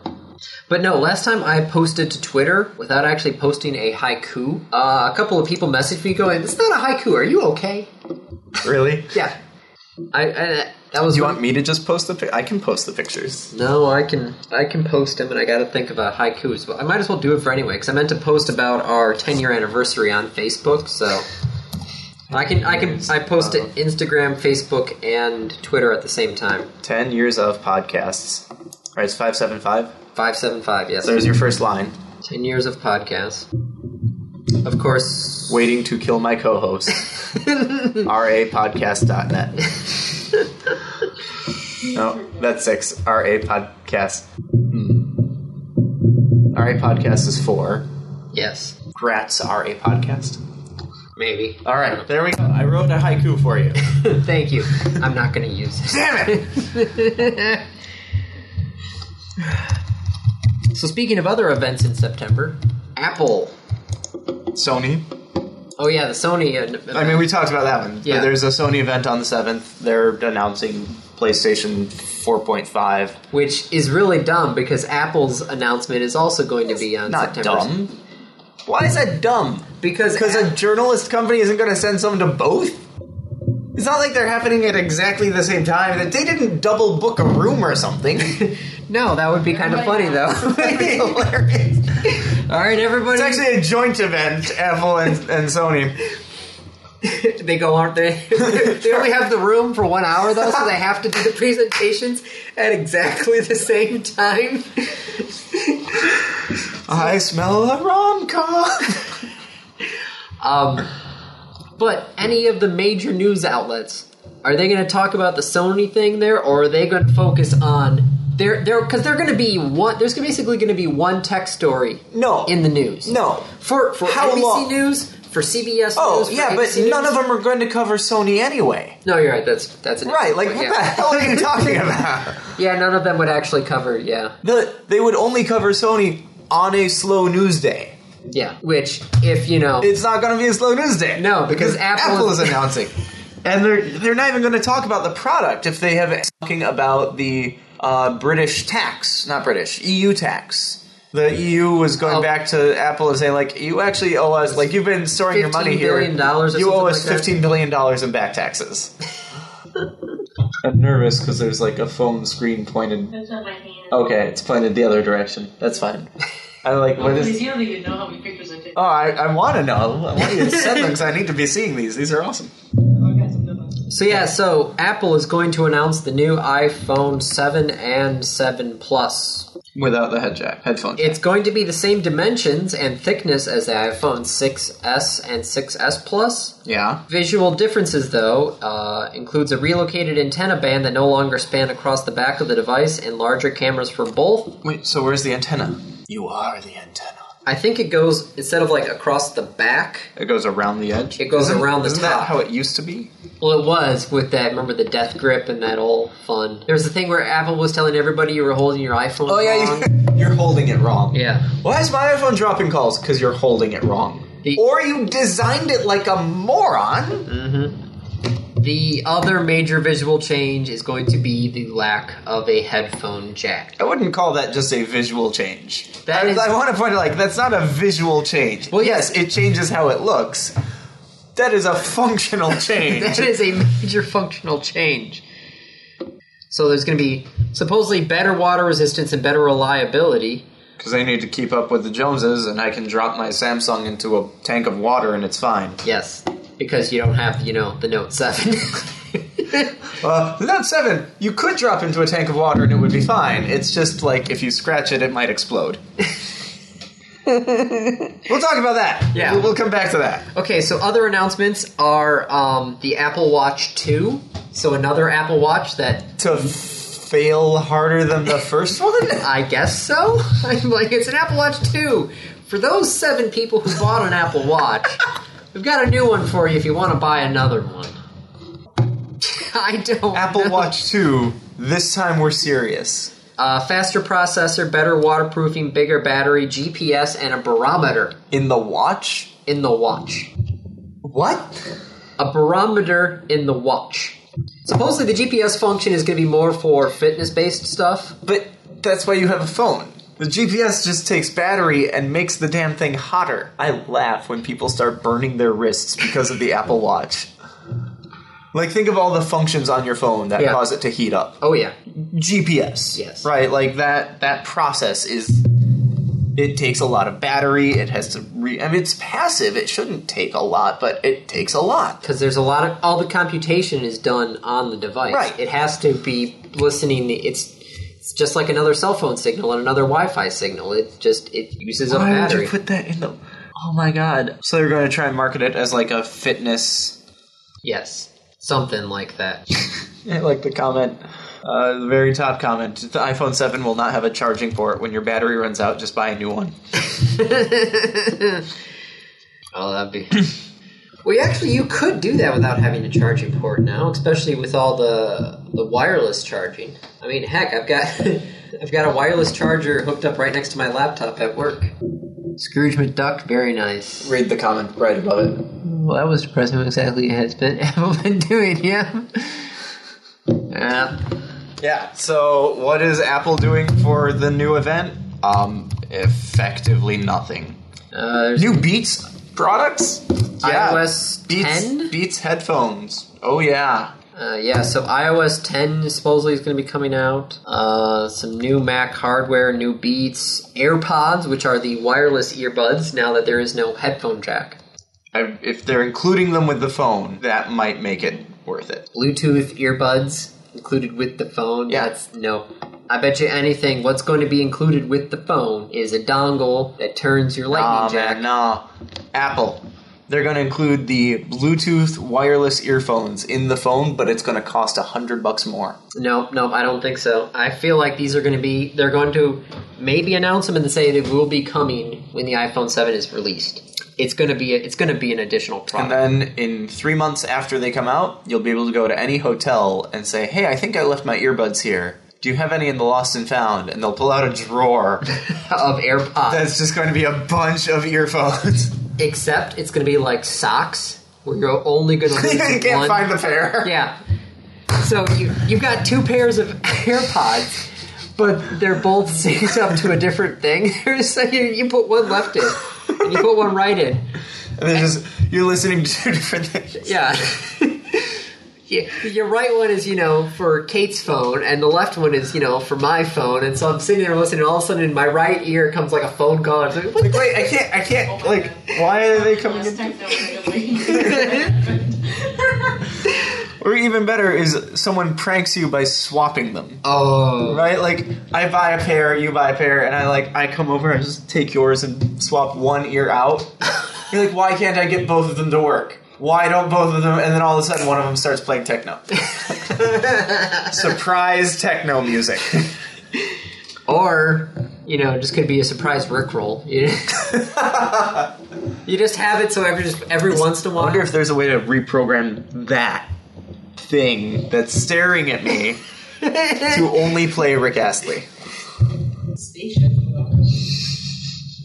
Speaker 1: But no, last time I posted to Twitter without actually posting a haiku, uh, a couple of people messaged me going, "It's not a haiku. Are you okay?"
Speaker 2: Really?
Speaker 1: Yeah, I, I that was
Speaker 2: Do you
Speaker 1: one-
Speaker 2: want me to just post the? Pic- I can post the pictures.
Speaker 1: No, I can I can post them, and I got to think of a haiku as well. I might as well do it for anyway because I meant to post about our ten year anniversary on Facebook. So I can I can I post it Instagram, Facebook, and Twitter at the same time.
Speaker 2: Ten years of podcasts. Right, it's five seven five.
Speaker 1: Five seven five. Yes,
Speaker 2: There's your first line.
Speaker 1: ten years of podcasts. Of course.
Speaker 2: Waiting to kill my co-host. rapodcast.net. no, that's six. RA podcast. Hmm. RA podcast is four.
Speaker 1: Yes,
Speaker 2: Grats, RA podcast.
Speaker 1: maybe.
Speaker 2: All right, there we go. I wrote a haiku for you.
Speaker 1: Thank you. I'm not going to use it.
Speaker 2: Damn it!
Speaker 1: So speaking of other events in September, Apple.
Speaker 2: Sony.
Speaker 1: Oh yeah, the Sony. uh,
Speaker 2: I mean, we talked about that one.
Speaker 1: Yeah.
Speaker 2: There's a Sony event on the 7th. They're announcing PlayStation 4.5.
Speaker 1: which is really dumb because Apple's announcement is also going to be on
Speaker 2: Not
Speaker 1: September.
Speaker 2: dumb. Why is that dumb?
Speaker 1: Because
Speaker 2: Because a journalist company isn't going to send someone to both? It's not like they're happening at exactly the same time. That They didn't double book a room or something.
Speaker 1: no, that would be kind of funny though.
Speaker 2: It's hilarious.
Speaker 1: All right, everybody.
Speaker 2: It's actually a joint event, Apple and, and Sony.
Speaker 1: they go, aren't they? they only have the room for one hour though, so they have to do the presentations at exactly the same time.
Speaker 2: I smell a rom com.
Speaker 1: Um, but any of the major news outlets are they going to talk about the Sony thing there, or are they going to focus on? They're, they're, because they're going to be one. There's basically going to be one tech story
Speaker 2: No.
Speaker 1: in the news.
Speaker 2: No.
Speaker 1: For for
Speaker 2: How
Speaker 1: NBC
Speaker 2: long?
Speaker 1: News, for CBS
Speaker 2: Oh,
Speaker 1: News. for
Speaker 2: yeah, but
Speaker 1: ABC
Speaker 2: none
Speaker 1: News.
Speaker 2: of them are going to cover Sony anyway.
Speaker 1: No, you're right. That's that's an
Speaker 2: Right, like, what
Speaker 1: yeah.
Speaker 2: the hell are you talking about?
Speaker 1: Yeah, none of them would actually cover. Yeah,
Speaker 2: The, they would only cover Sony on a slow news day.
Speaker 1: yeah. Which, if you know,
Speaker 2: It's not going to be a slow news day.
Speaker 1: No, because Apple-
Speaker 2: is announcing, and they're they're not even going to talk about the product if they have talking about the uh, British tax, not British EU tax. The EU was going
Speaker 1: Oh.
Speaker 2: back to Apple and saying like, you actually owe us like you've been storing your money
Speaker 1: $15
Speaker 2: here.
Speaker 1: billion dollars or
Speaker 2: you owe
Speaker 1: something
Speaker 2: us
Speaker 1: like that."
Speaker 2: fifteen billion dollars in back taxes. I'm nervous because there's like a phone screen pointed.
Speaker 3: That's on my hand.
Speaker 2: Okay, it's pointed the other direction. That's fine. I like what
Speaker 3: Because you don't even know how many pictures I took.
Speaker 2: Oh, I, I want to know. I want you to send them because I need to be seeing these. These are awesome.
Speaker 3: Oh, I got some good ones.
Speaker 1: so yeah, so Apple is going to announce the new iPhone 7 and 7 Plus.
Speaker 2: Without the head jack, headphone jack.
Speaker 1: It's going to be the same dimensions and thickness as the iPhone 6s and 6s Plus.
Speaker 2: yeah.
Speaker 1: Visual differences, though, uh, includes a relocated antenna band that no longer span across the back of the device and larger cameras for both.
Speaker 2: Wait, so where's the antenna? You are the antenna.
Speaker 1: I think it goes instead of like across the back.
Speaker 2: It goes around the edge.
Speaker 1: It goes
Speaker 2: Isn't-
Speaker 1: around the
Speaker 2: isn't
Speaker 1: top.
Speaker 2: that how it used to be?
Speaker 1: Well, it was with that. Remember the death grip and that old fun. There was the thing where Apple was telling everybody you were holding your iPhone.
Speaker 2: Oh yeah,
Speaker 1: wrong.
Speaker 2: you, you're holding it wrong.
Speaker 1: yeah.
Speaker 2: Why is my iPhone dropping calls? Because you're holding it wrong.
Speaker 1: The-
Speaker 2: or you designed it like a moron.
Speaker 1: Mm-hmm. The other major visual change is going to be the lack of a headphone jack.
Speaker 2: I wouldn't call that just a visual change.
Speaker 1: That
Speaker 2: I,
Speaker 1: is-
Speaker 2: I want to point out, like, that's not a visual change.
Speaker 1: Well,
Speaker 2: yes, it changes how it looks. That is a functional change.
Speaker 1: That is a major functional change. So there's going to be supposedly better water resistance and better reliability.
Speaker 2: Because I need to keep up with the Joneses, and I can drop my Samsung into a tank of water, and it's fine.
Speaker 1: Yes, because you don't have you know the Note Seven.
Speaker 2: Uh, the Note 7, you could drop into a tank of water and it would be fine. It's just like if you scratch it, it might explode. we'll talk about that.
Speaker 1: Yeah.
Speaker 2: We'll, we'll come back to that.
Speaker 1: okay, so other announcements are um, the Apple Watch Two. So another Apple Watch that
Speaker 2: To fail harder than the first one?
Speaker 1: I guess so. I'm like, it's an Apple Watch 2. For those seven people who bought an Apple Watch, we've got a new one for you if you want to buy another one. I don't.
Speaker 2: Apple
Speaker 1: know.
Speaker 2: Watch 2, this time we're serious.
Speaker 1: Uh, faster processor, better waterproofing, bigger battery, GPS, and a barometer
Speaker 2: In the watch?
Speaker 1: in the watch.
Speaker 2: What?
Speaker 1: A barometer in the watch. Supposedly, the GPS function is going to be more for fitness based stuff.
Speaker 2: But that's why you have a phone. The GPS just takes battery and makes the damn thing hotter. I laugh when people start burning their wrists because of the Apple Watch. Like, think of all the functions on your phone that
Speaker 1: Yeah.
Speaker 2: cause it to heat up.
Speaker 1: Oh, yeah.
Speaker 2: GPS.
Speaker 1: Yes.
Speaker 2: Right? Like, that, that process is. It takes a lot of battery. It has to re. I mean, it's passive. It shouldn't take a lot, but it takes a lot.
Speaker 1: because there's a lot of all the computation is done on the device.
Speaker 2: Right.
Speaker 1: It has to be listening. It's it's just like another cell phone signal and another Wi-Fi signal. It just it uses
Speaker 2: Why
Speaker 1: a
Speaker 2: would
Speaker 1: battery.
Speaker 2: you put that in the? Oh my god! So they're going to try and market it as like a fitness,
Speaker 1: yes, something like that.
Speaker 2: like the comment, uh, the very top comment. The iPhone Seven will not have a charging port. When your battery runs out, just buy a new one.
Speaker 1: oh, that'd be. Well, you actually, you could do that without having a charging port now, especially with all the the wireless charging. I mean, heck, I've got I've got a wireless charger hooked up right next to my laptop at work. Scrooge McDuck, very nice.
Speaker 2: Read the comment right above it.
Speaker 1: Well, that was depressing. What exactly has been Apple been doing? Yeah. Yeah.
Speaker 2: Yeah. So what is Apple doing for the new event? Um, effectively nothing.
Speaker 1: Uh, there's
Speaker 2: New Beats products.
Speaker 1: iOS
Speaker 2: Beats
Speaker 1: 10.
Speaker 2: Beats headphones. Oh yeah.
Speaker 1: Uh, yeah. So iOS 10 supposedly is going to be coming out. Uh, some new Mac hardware, new Beats, AirPods, which are the wireless earbuds. Now that there is no headphone jack,
Speaker 2: I, if they're including them with the phone, that might make it worth it.
Speaker 1: Bluetooth earbuds included with the phone.
Speaker 2: Yeah.
Speaker 1: That's no. I bet you anything. What's going to be included with the phone is a dongle that turns your lightning
Speaker 2: Nah,
Speaker 1: jack.
Speaker 2: Ah, man, nah. Apple. They're going to include the Bluetooth wireless earphones in the phone, but it's going to cost a hundred bucks more.
Speaker 1: No, no, I don't think so. I feel like these are going to be, they're going to maybe announce them and say they will be coming when the iPhone 7 is released. It's going to be, a, it's going to be an additional
Speaker 2: And
Speaker 1: product.
Speaker 2: then in three months after they come out, you'll be able to go to any hotel and say, "Hey, I think I left my earbuds here. Do you have any in the lost and found?" And they'll pull out a drawer
Speaker 1: of AirPods.
Speaker 2: that's just going to be a bunch of earphones.
Speaker 1: Except it's going to be like socks, where you're only going to
Speaker 2: you
Speaker 1: lose
Speaker 2: can't
Speaker 1: one.
Speaker 2: find the pair.
Speaker 1: yeah. So you, you've got two pairs of AirPods, but they're both synced up to a different thing. so you, you put one left in, and you put one right in.
Speaker 2: And they're just you're listening to two different things.
Speaker 1: Yeah. yeah. Your right one is, you know, for Kate's phone, and the left one is, you know, for my phone. And so I'm sitting there listening, and all of a sudden in my right ear comes like a phone call. It's like, what
Speaker 2: Like,
Speaker 1: the-
Speaker 2: wait, I can't, I can't.
Speaker 3: Oh my
Speaker 2: like,
Speaker 3: God.
Speaker 2: why are they coming
Speaker 3: Last
Speaker 2: in?
Speaker 3: time, no, wait,
Speaker 2: Or even better is someone pranks you by swapping them.
Speaker 1: Oh.
Speaker 2: Right? Like I buy a pair, you buy a pair, and I like I come over and just take yours and swap one ear out. You're like, why can't I get both of them to work? Why don't both of them? And then all of a sudden, one of them starts playing techno. Surprise techno music.
Speaker 1: Or you know, it just could be a surprise Rickroll. You, you just have it so every just every once in a
Speaker 2: I
Speaker 1: while.
Speaker 2: wonder if there's a way to reprogram that thing that's staring at me to only play Rick Astley.
Speaker 3: Station.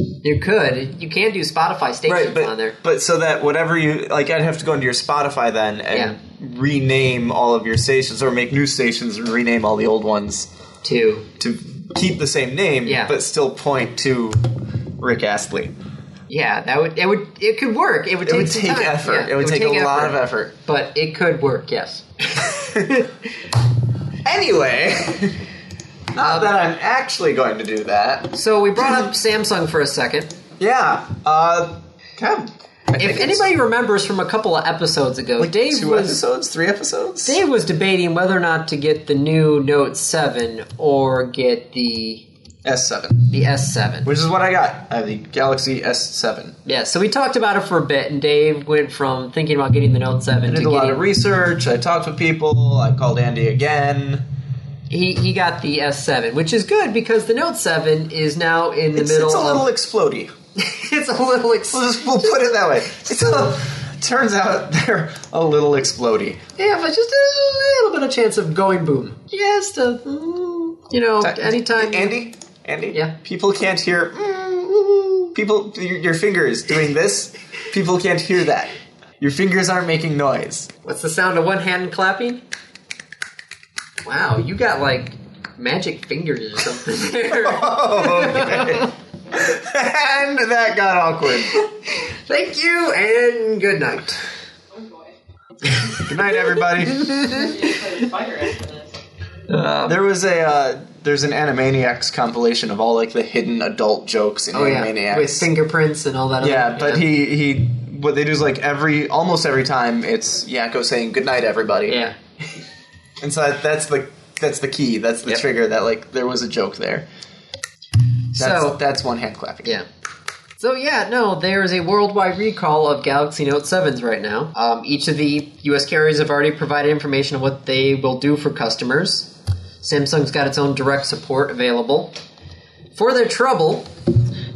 Speaker 1: you could. You can do Spotify stations
Speaker 2: Right, but
Speaker 1: on there.
Speaker 2: but so that whatever you like, I'd have to go into your Spotify then and rename all of your stations or make new stations and rename all the old ones
Speaker 1: too.
Speaker 2: to keep the same name,
Speaker 1: Yeah.
Speaker 2: but still point to Rick Astley.
Speaker 1: Yeah, that would it would it could work. It would
Speaker 2: It
Speaker 1: take,
Speaker 2: would
Speaker 1: some
Speaker 2: take
Speaker 1: time.
Speaker 2: effort.
Speaker 1: Yeah,
Speaker 2: it, would take, a lot of effort.
Speaker 1: but it could work. Yes.
Speaker 2: Anyway, not that I'm actually going to do that.
Speaker 1: So we brought up Samsung for a second.
Speaker 2: Yeah. Uh, kind of- I
Speaker 1: If
Speaker 2: think it's
Speaker 1: anybody remembers from a couple of episodes ago, Dave
Speaker 2: two
Speaker 1: was
Speaker 2: episodes, three episodes.
Speaker 1: Dave was debating whether or not to get the new Note Seven or get the
Speaker 2: S seven,
Speaker 1: the S Seven.
Speaker 2: which is what I got. I have the Galaxy S seven.
Speaker 1: Yeah, so we talked about it for a bit, and Dave went from thinking about getting the Note Seven
Speaker 2: I
Speaker 1: to
Speaker 2: did a lot
Speaker 1: getting
Speaker 2: of research. I talked with people. I called Andy again.
Speaker 1: he he got the S Seven, which is good because the Note Seven is now in the
Speaker 2: It's,
Speaker 1: middle.
Speaker 2: it's a little
Speaker 1: of,
Speaker 2: explodey.
Speaker 1: it's a little. Ex-
Speaker 2: We'll, just, we'll put it that way. It's a, turns out they're a little explodey.
Speaker 1: Yeah, but just a little bit of chance of going boom. Just a, mm, you know,
Speaker 2: Oh,
Speaker 1: anytime.
Speaker 2: Andy, Andy,
Speaker 1: Yeah.
Speaker 2: People can't hear. mm,
Speaker 1: Mm-hmm.
Speaker 2: People, your, your finger is doing this. People can't hear that. Your fingers aren't making noise.
Speaker 1: What's the sound of one hand clapping? Wow, you got like magic fingers or something there.
Speaker 2: Oh, Okay. and that got awkward.
Speaker 1: Thank you and good night.
Speaker 3: Oh boy.
Speaker 2: Good night, everybody.
Speaker 3: Play fire after this.
Speaker 2: There was a uh, there's an Animaniacs compilation of all like the hidden adult jokes in
Speaker 1: Oh yeah,
Speaker 2: Animaniacs.
Speaker 1: with fingerprints and all that.
Speaker 2: yeah,
Speaker 1: other,
Speaker 2: but
Speaker 1: yeah.
Speaker 2: he he what they do is like every almost every time it's Yakko saying good night, everybody.
Speaker 1: Yeah,
Speaker 2: And so that, that's the that's the key. That's the
Speaker 1: Yep.
Speaker 2: trigger. That like there was a joke there. That's,
Speaker 1: So-
Speaker 2: that's one hand clapping.
Speaker 1: yeah. So yeah, no, there is a worldwide recall of Galaxy Note 7s right now. Um, each of the U.S. carriers have already provided information on what they will do for customers. Samsung's got its own direct support available. For their trouble,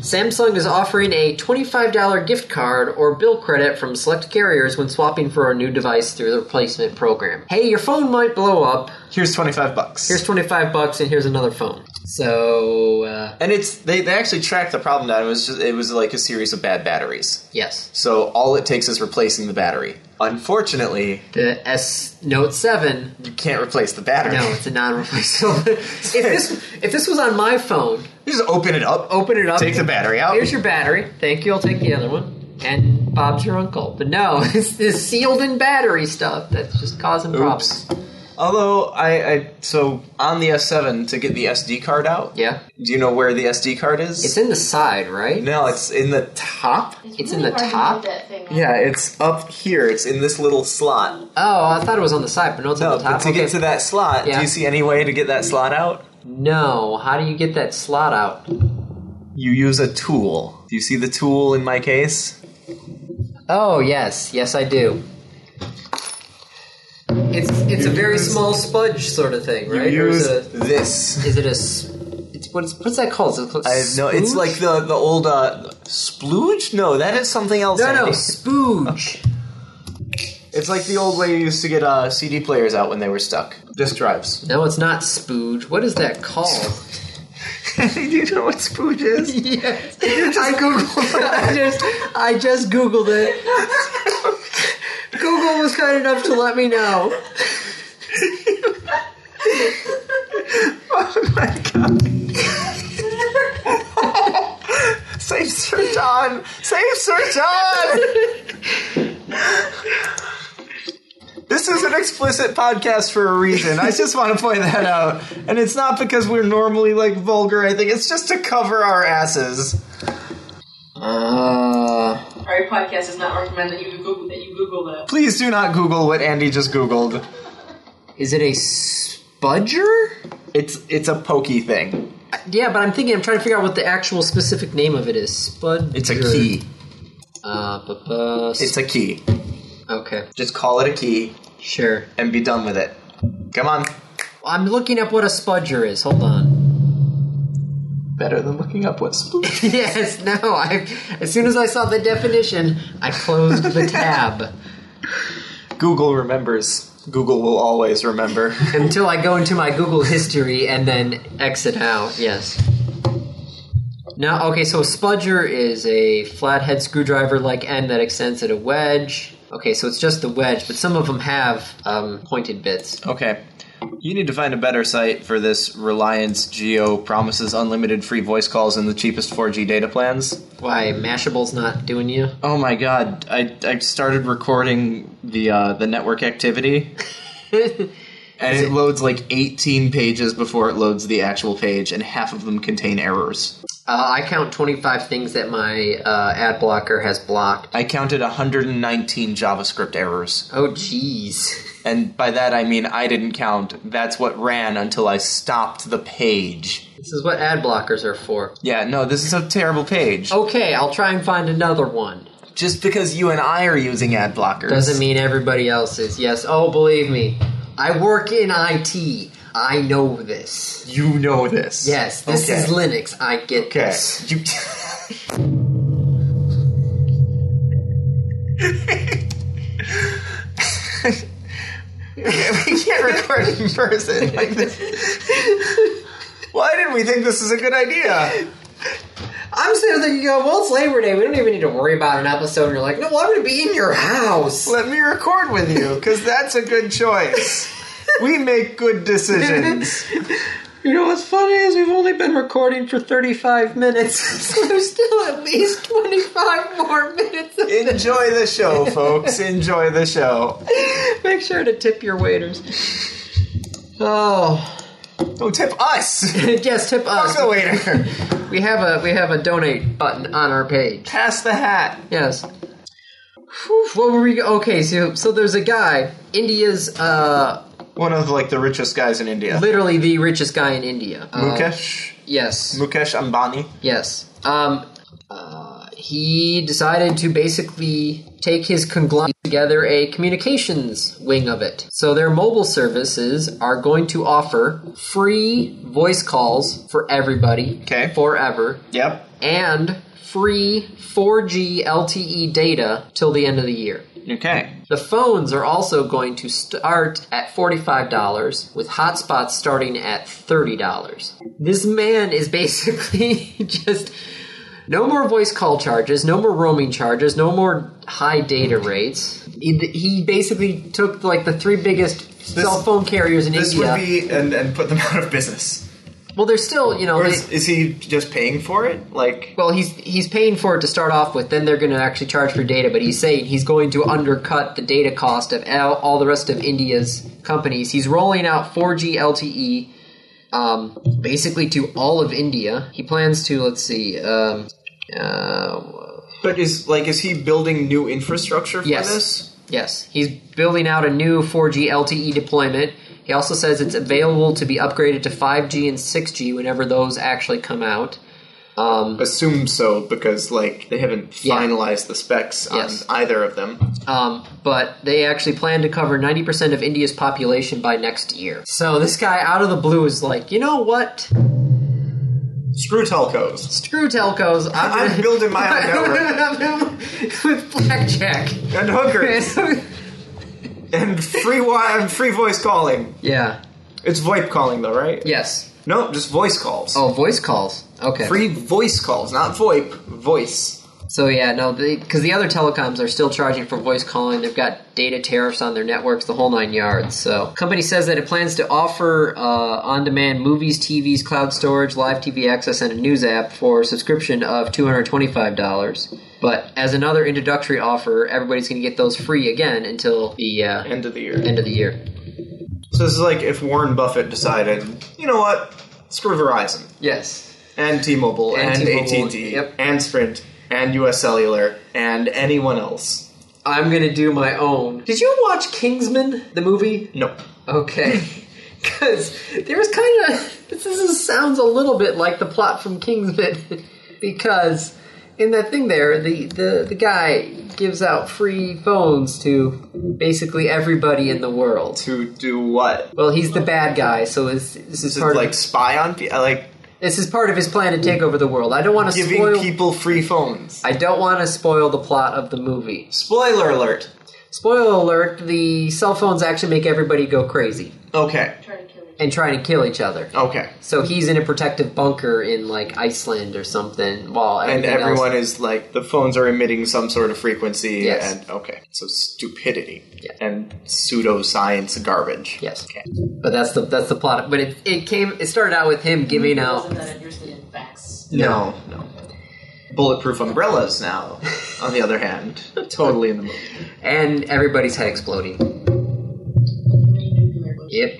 Speaker 1: Samsung is offering a $25 gift card or bill credit from select carriers when swapping for a new device through the replacement program. Hey, your phone might blow up.
Speaker 2: Here's twenty five bucks.
Speaker 1: Here's 25 bucks and here's another phone. So, uh,
Speaker 2: and it's they, they actually tracked the problem down. It was just it was like a series of bad batteries.
Speaker 1: yes.
Speaker 2: So all it takes is replacing the battery. Unfortunately,
Speaker 1: The S Note 7
Speaker 2: you can't replace the battery.
Speaker 1: No, it's a non-replaceable. if this if this was on my phone,
Speaker 2: You just open it up.
Speaker 1: open it up.
Speaker 2: Take the battery out.
Speaker 1: Here's your battery. Thank you. I'll take the other one. And Bob's your uncle. But no, it's this sealed in battery stuff that's just causing problems.
Speaker 2: Although I, I so on the S7 to get the SD card out.
Speaker 1: Yeah,
Speaker 2: Do you know where the SD card is?
Speaker 1: it's in the side, right?
Speaker 2: no, it's in the top.
Speaker 1: It's
Speaker 3: really
Speaker 1: in the
Speaker 3: hard to
Speaker 1: top?
Speaker 3: get That thing on.
Speaker 2: Yeah, it's up here. It's in this little slot.
Speaker 1: Oh, I thought it was on the side, but no, it's
Speaker 2: No,
Speaker 1: on the
Speaker 2: but
Speaker 1: top.
Speaker 2: to get
Speaker 1: Okay.
Speaker 2: to that slot,
Speaker 1: Yeah.
Speaker 2: do you see any way to get that slot out?
Speaker 1: no, how do you get that slot out?
Speaker 2: You use a tool. Do you see the tool in my case?
Speaker 1: Oh yes, yes I do. It's it's a very
Speaker 2: use-
Speaker 1: small spudge sort of thing, right?
Speaker 2: You
Speaker 1: Or is
Speaker 2: use
Speaker 1: it a-
Speaker 2: this.
Speaker 1: Is it a? s- It's, what's what's that called? Is it called
Speaker 2: I have no. It's
Speaker 1: spooge?
Speaker 2: like the the old uh, splooge. No, that is something else.
Speaker 1: no, no,
Speaker 2: Andy.
Speaker 1: spooge.
Speaker 2: It's like the old way you used to get uh, CD players out when they were stuck. Disk drives.
Speaker 1: No, it's not spooge. What is that called?
Speaker 2: do you know what spooge is?
Speaker 1: yes,
Speaker 2: I googled.
Speaker 1: I just I just googled it. Google was kind enough to let me know.
Speaker 2: oh my god. Save Sir John! Save Sir John! This is an explicit podcast for a reason. I just want to point that out. And it's not because we're normally like vulgar, I think. It's just to cover our asses. Uh,
Speaker 3: Our podcast does not recommend that you Google that. You Google that.
Speaker 2: please do not Google what Andy just Googled.
Speaker 1: Is it a spudger?
Speaker 2: It's it's a pokey thing.
Speaker 1: Yeah, but I'm thinking I'm trying to figure out what the actual specific name of it is. Spudger.
Speaker 2: It's a key.
Speaker 1: Uh, bu- bu-
Speaker 2: It's a key.
Speaker 1: okay.
Speaker 2: Just call it a key
Speaker 1: Sure.
Speaker 2: and be done with it. Come on.
Speaker 1: I'm looking up what a spudger is. Hold on.
Speaker 2: better than looking up what split.
Speaker 1: yes, no. I as soon as I saw the definition, I closed the tab
Speaker 2: Google remembers. Google will always remember.
Speaker 1: until I go into my Google history and then exit out. Yes. No, okay, so a spudger is a flathead screwdriver like end that extends at a wedge. Okay, so it's just the wedge, but some of them have um, pointed bits.
Speaker 2: okay. You need to find a better site for this. Reliance Geo promises unlimited free voice calls and the cheapest 4G data plans.
Speaker 1: Why, Mashable's not doing you?
Speaker 2: Oh my god, I, I started recording the uh, the network activity
Speaker 1: Uh,
Speaker 2: and it, loads like 18 pages before it loads the actual page and half of them contain errors.
Speaker 1: Uh, I count 25 things that my uh, ad blocker has blocked.
Speaker 2: I counted 119 JavaScript errors.
Speaker 1: Oh, jeez.
Speaker 2: And by that I mean I didn't count. That's what ran until I stopped the page.
Speaker 1: This is what ad blockers are for.
Speaker 2: Yeah, no, this is a terrible page.
Speaker 1: Okay, I'll try and find another one.
Speaker 2: Just because you and I are using ad blockers
Speaker 1: Doesn't mean everybody else is. Yes, oh, believe me. I work in IT. I know this.
Speaker 2: you know this.
Speaker 1: Yes, this
Speaker 2: Okay.
Speaker 1: is Linux. I get
Speaker 2: Okay.
Speaker 1: this.
Speaker 2: You. we can't record in person like this. Why didn't we think this is a good idea?
Speaker 1: I'm sitting there, you go, well, it's Labor Day. We don't even need to worry about an episode. And you're like, no, I'm going to be in your house.
Speaker 2: Let me record with you, because that's a good choice. We make good decisions.
Speaker 1: You know what's funny is we've only been recording for 35 minutes, so there's still at least 25 more minutes. of this.
Speaker 2: Enjoy the show, folks. Enjoy the show.
Speaker 1: Make sure to tip your waiters. Oh,
Speaker 2: Oh, tip us!
Speaker 1: yes, tip us.
Speaker 2: Fuck the waiter.
Speaker 1: We have a we have a donate button on our page.
Speaker 2: Pass the hat.
Speaker 1: Yes. Whew, what were we? Okay, so so there's a guy, India's uh,
Speaker 2: One of like the richest guys in India.
Speaker 1: literally the richest guy in India. Uh,
Speaker 2: Mukesh.
Speaker 1: Yes.
Speaker 2: Mukesh Ambani.
Speaker 1: Yes. Um, uh, he decided to basically take his conglomerate together a communications wing of it. So their mobile services are going to offer free voice calls for everybody
Speaker 2: Okay.
Speaker 1: forever
Speaker 2: Yep.
Speaker 1: and free 4G LTE E data till the end of the year.
Speaker 2: Okay.
Speaker 1: The phones are also going to start at $45, with hotspots starting at $30. This man is basically just no more voice call charges, no more roaming charges, no more high data
Speaker 2: Mm-hmm.
Speaker 1: rates. He, he basically took like the three biggest cell phone carriers in
Speaker 2: This
Speaker 1: India.
Speaker 2: would be and and put them out of business.
Speaker 1: well, they're still, you know,
Speaker 2: Or
Speaker 1: they-
Speaker 2: is, is he just paying for it? Like
Speaker 1: well, he's he's paying for it to start off with. Then they're going to actually charge for data, but he's saying he's going to undercut the data cost of all, all the rest of India's companies. He's rolling out 4G LTE, E, um, basically to all of India. He plans to let's see, um, uh,
Speaker 2: But is like is he building new infrastructure for
Speaker 1: Yes.
Speaker 2: this?
Speaker 1: Yes, he's building out a new 4G LTE E deployment. He also says it's available to be upgraded to 5G and 6G whenever those actually come out. Um,
Speaker 2: Assume so because like they haven't
Speaker 1: Yeah.
Speaker 2: finalized the specs on
Speaker 1: Yes.
Speaker 2: either of them.
Speaker 1: Um, but they actually plan to cover 90% of India's population by next year. So this guy out of the blue is like, you know what?
Speaker 2: Screw telcos.
Speaker 1: Screw telcos.
Speaker 2: I'm
Speaker 1: gonna-
Speaker 2: building my own
Speaker 1: with blackjack.
Speaker 2: And hookers and free wi- and free voice calling.
Speaker 1: yeah.
Speaker 2: It's VoIP calling though, right?
Speaker 1: Yes.
Speaker 2: No, just voice calls.
Speaker 1: Oh, voice calls. Okay.
Speaker 2: Free voice calls, not VoIP. Voice.
Speaker 1: So yeah, no, because the other telecoms are still charging for voice calling. They've got data tariffs on their networks, the whole nine yards. So company says that it plans to offer uh, on-demand movies, TVs, cloud storage, live TV access, and a news app for a subscription of two hundred twenty-five dollars. But as another introductory offer, everybody's going to get those free again until the uh,
Speaker 2: End of the year.
Speaker 1: end of the year.
Speaker 2: So this is like if Warren Buffett decided, you know what, screw Verizon
Speaker 1: Yes.
Speaker 2: and T-Mobile
Speaker 1: And
Speaker 2: and,
Speaker 1: T-Mobile,
Speaker 2: AT&T
Speaker 1: yep.
Speaker 2: and Sprint and U.S. Cellular and anyone else.
Speaker 1: I'm gonna do my own. Did you watch Kingsman, the movie?
Speaker 2: No,
Speaker 1: Okay. Because there was kind of. This is, sounds a little bit like the plot from Kingsman. because in that thing there, the, the, the guy gives out free phones to basically everybody in the world.
Speaker 2: to do what?
Speaker 1: Well, he's the bad guy, so this, this is
Speaker 2: To
Speaker 1: part
Speaker 2: like
Speaker 1: of.
Speaker 2: spy on people? Like
Speaker 1: This is part of his plan to take over the world. I don't want to
Speaker 2: Giving
Speaker 1: spoil.
Speaker 2: people free phones.
Speaker 1: I don't want to spoil the plot of the movie.
Speaker 2: Spoiler alert.
Speaker 1: Spoiler alert: the cell phones actually make everybody go crazy
Speaker 2: Okay.
Speaker 3: Trying to kill me.
Speaker 1: and try to kill each other.
Speaker 2: Okay.
Speaker 1: So he's in a protective bunker in like Iceland or something. While
Speaker 2: And
Speaker 1: everything else-
Speaker 2: everyone is like the phones are emitting some sort of frequency
Speaker 1: Yes.
Speaker 2: and okay. So stupidity
Speaker 1: Yeah.
Speaker 2: and pseudoscience garbage.
Speaker 1: yes,
Speaker 2: Okay.
Speaker 1: but that's the that's the plot. But it it came. It started out with him giving out.
Speaker 3: Wasn't that adversely in facts?
Speaker 2: No, no. Bulletproof umbrellas now, on the other hand. Totally in the movie.
Speaker 1: and everybody's head exploding. Yep.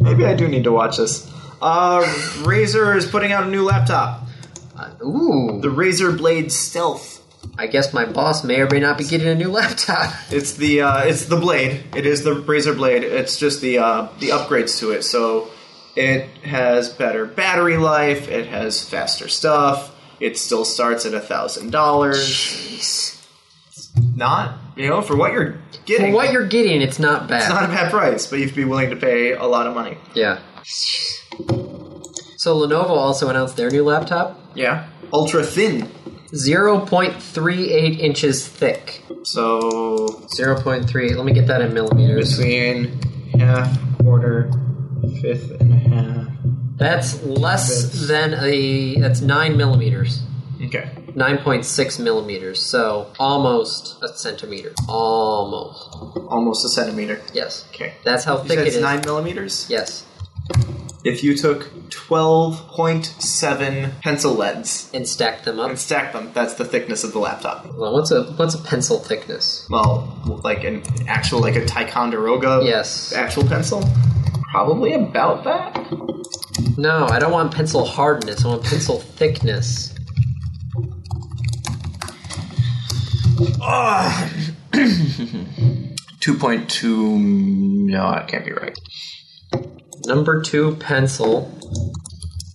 Speaker 2: Maybe I do need to watch this. Uh, Razer is putting out a new laptop.
Speaker 1: Uh, ooh.
Speaker 2: The Razer Blade Stealth.
Speaker 1: I guess my boss may or may not be getting a new laptop.
Speaker 2: It's the uh, it's the blade. It is the Razer blade. It's just the uh, the upgrades to it. So it has better battery life. It has faster stuff. It still starts at a thousand dollars. Not you know for what you're
Speaker 1: For
Speaker 2: getting.
Speaker 1: what you're getting, it's not bad.
Speaker 2: it's not a bad price, but you have to be willing to pay a lot of money.
Speaker 1: yeah. So Lenovo also announced their new laptop,
Speaker 2: Yeah, ultra thin.
Speaker 1: 0.38 inches thick.
Speaker 2: So
Speaker 1: 0.3. Let me get that in millimeters.
Speaker 2: between half, quarter, fifth, and a half.
Speaker 1: That's less than a. That's nine millimeters.
Speaker 2: Okay.
Speaker 1: 9.6 millimeters, so almost a centimeter. Almost.
Speaker 2: Almost a centimeter.
Speaker 1: Yes.
Speaker 2: Okay.
Speaker 1: That's how
Speaker 2: You
Speaker 1: thick
Speaker 2: said
Speaker 1: it
Speaker 2: it's
Speaker 1: is.
Speaker 2: nine millimeters?
Speaker 1: Yes.
Speaker 2: If you took 12.7 pencil leads
Speaker 1: And stack them up.
Speaker 2: and stacked them, that's the thickness of the laptop.
Speaker 1: Well, what's a what's a pencil thickness?
Speaker 2: Well, like an actual, like a Ticonderoga
Speaker 1: Yes.
Speaker 2: actual pencil? Probably about that.
Speaker 1: No, I don't want pencil hardness. I want pencil thickness.
Speaker 2: Ah. 2.2. No, that can't be right.
Speaker 1: Number two, pencil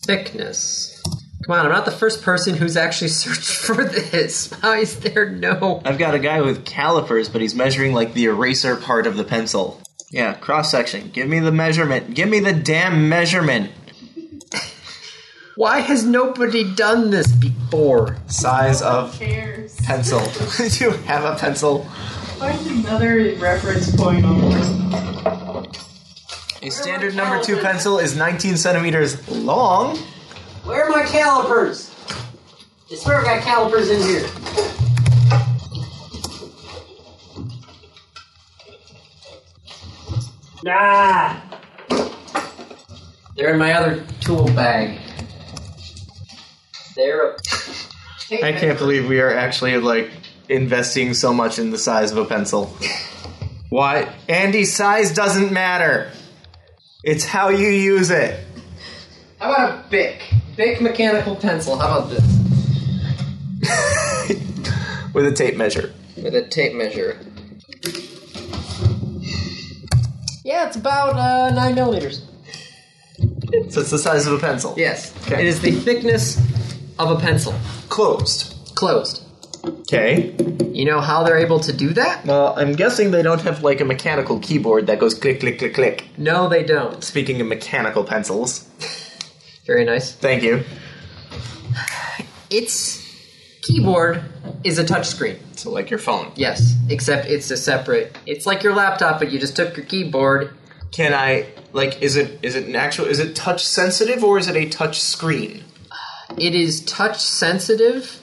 Speaker 1: thickness. Come on, I'm not the first person who's actually searched for this. How is there no?
Speaker 2: I've got a guy with calipers, but he's measuring like the eraser part of the pencil. Yeah, cross section. Give me the measurement. Give me the damn measurement.
Speaker 1: Why has nobody done this before?
Speaker 2: Size
Speaker 3: Who
Speaker 2: of
Speaker 3: cares?
Speaker 2: pencil. Do you have a pencil?
Speaker 3: Find another reference point on the person.
Speaker 2: A standard number two pencil is 19 centimeters long.
Speaker 1: Where are my calipers? I swear I've got calipers in here. Nah. They're in my other tool bag. They're. A-
Speaker 2: I can't believe we are actually like investing so much in the size of a pencil. Why? Andy, size doesn't matter. It's how you use it.
Speaker 1: How about a Bic? Bic mechanical pencil. How about this?
Speaker 2: With a tape measure.
Speaker 1: With a tape measure. Yeah, it's about uh, nine millimeters.
Speaker 2: So it's the size of a pencil.
Speaker 1: Yes.
Speaker 2: Okay.
Speaker 1: It is the thickness of a pencil.
Speaker 2: Closed.
Speaker 1: Closed.
Speaker 2: Okay.
Speaker 1: You know how they're able to do that?
Speaker 2: Well, I'm guessing they don't have like a mechanical keyboard that goes click, click, click, click.
Speaker 1: No, they don't.
Speaker 2: Speaking of mechanical pencils,
Speaker 1: Very nice.
Speaker 2: thank you.
Speaker 1: Its keyboard is a touchscreen.
Speaker 2: So, like your phone.
Speaker 1: Yes, except it's a separate. It's like your laptop, but you just took your keyboard.
Speaker 2: Can I like? Is it is it an actual? Is it touch sensitive or is it a touch screen?
Speaker 1: It is touch sensitive,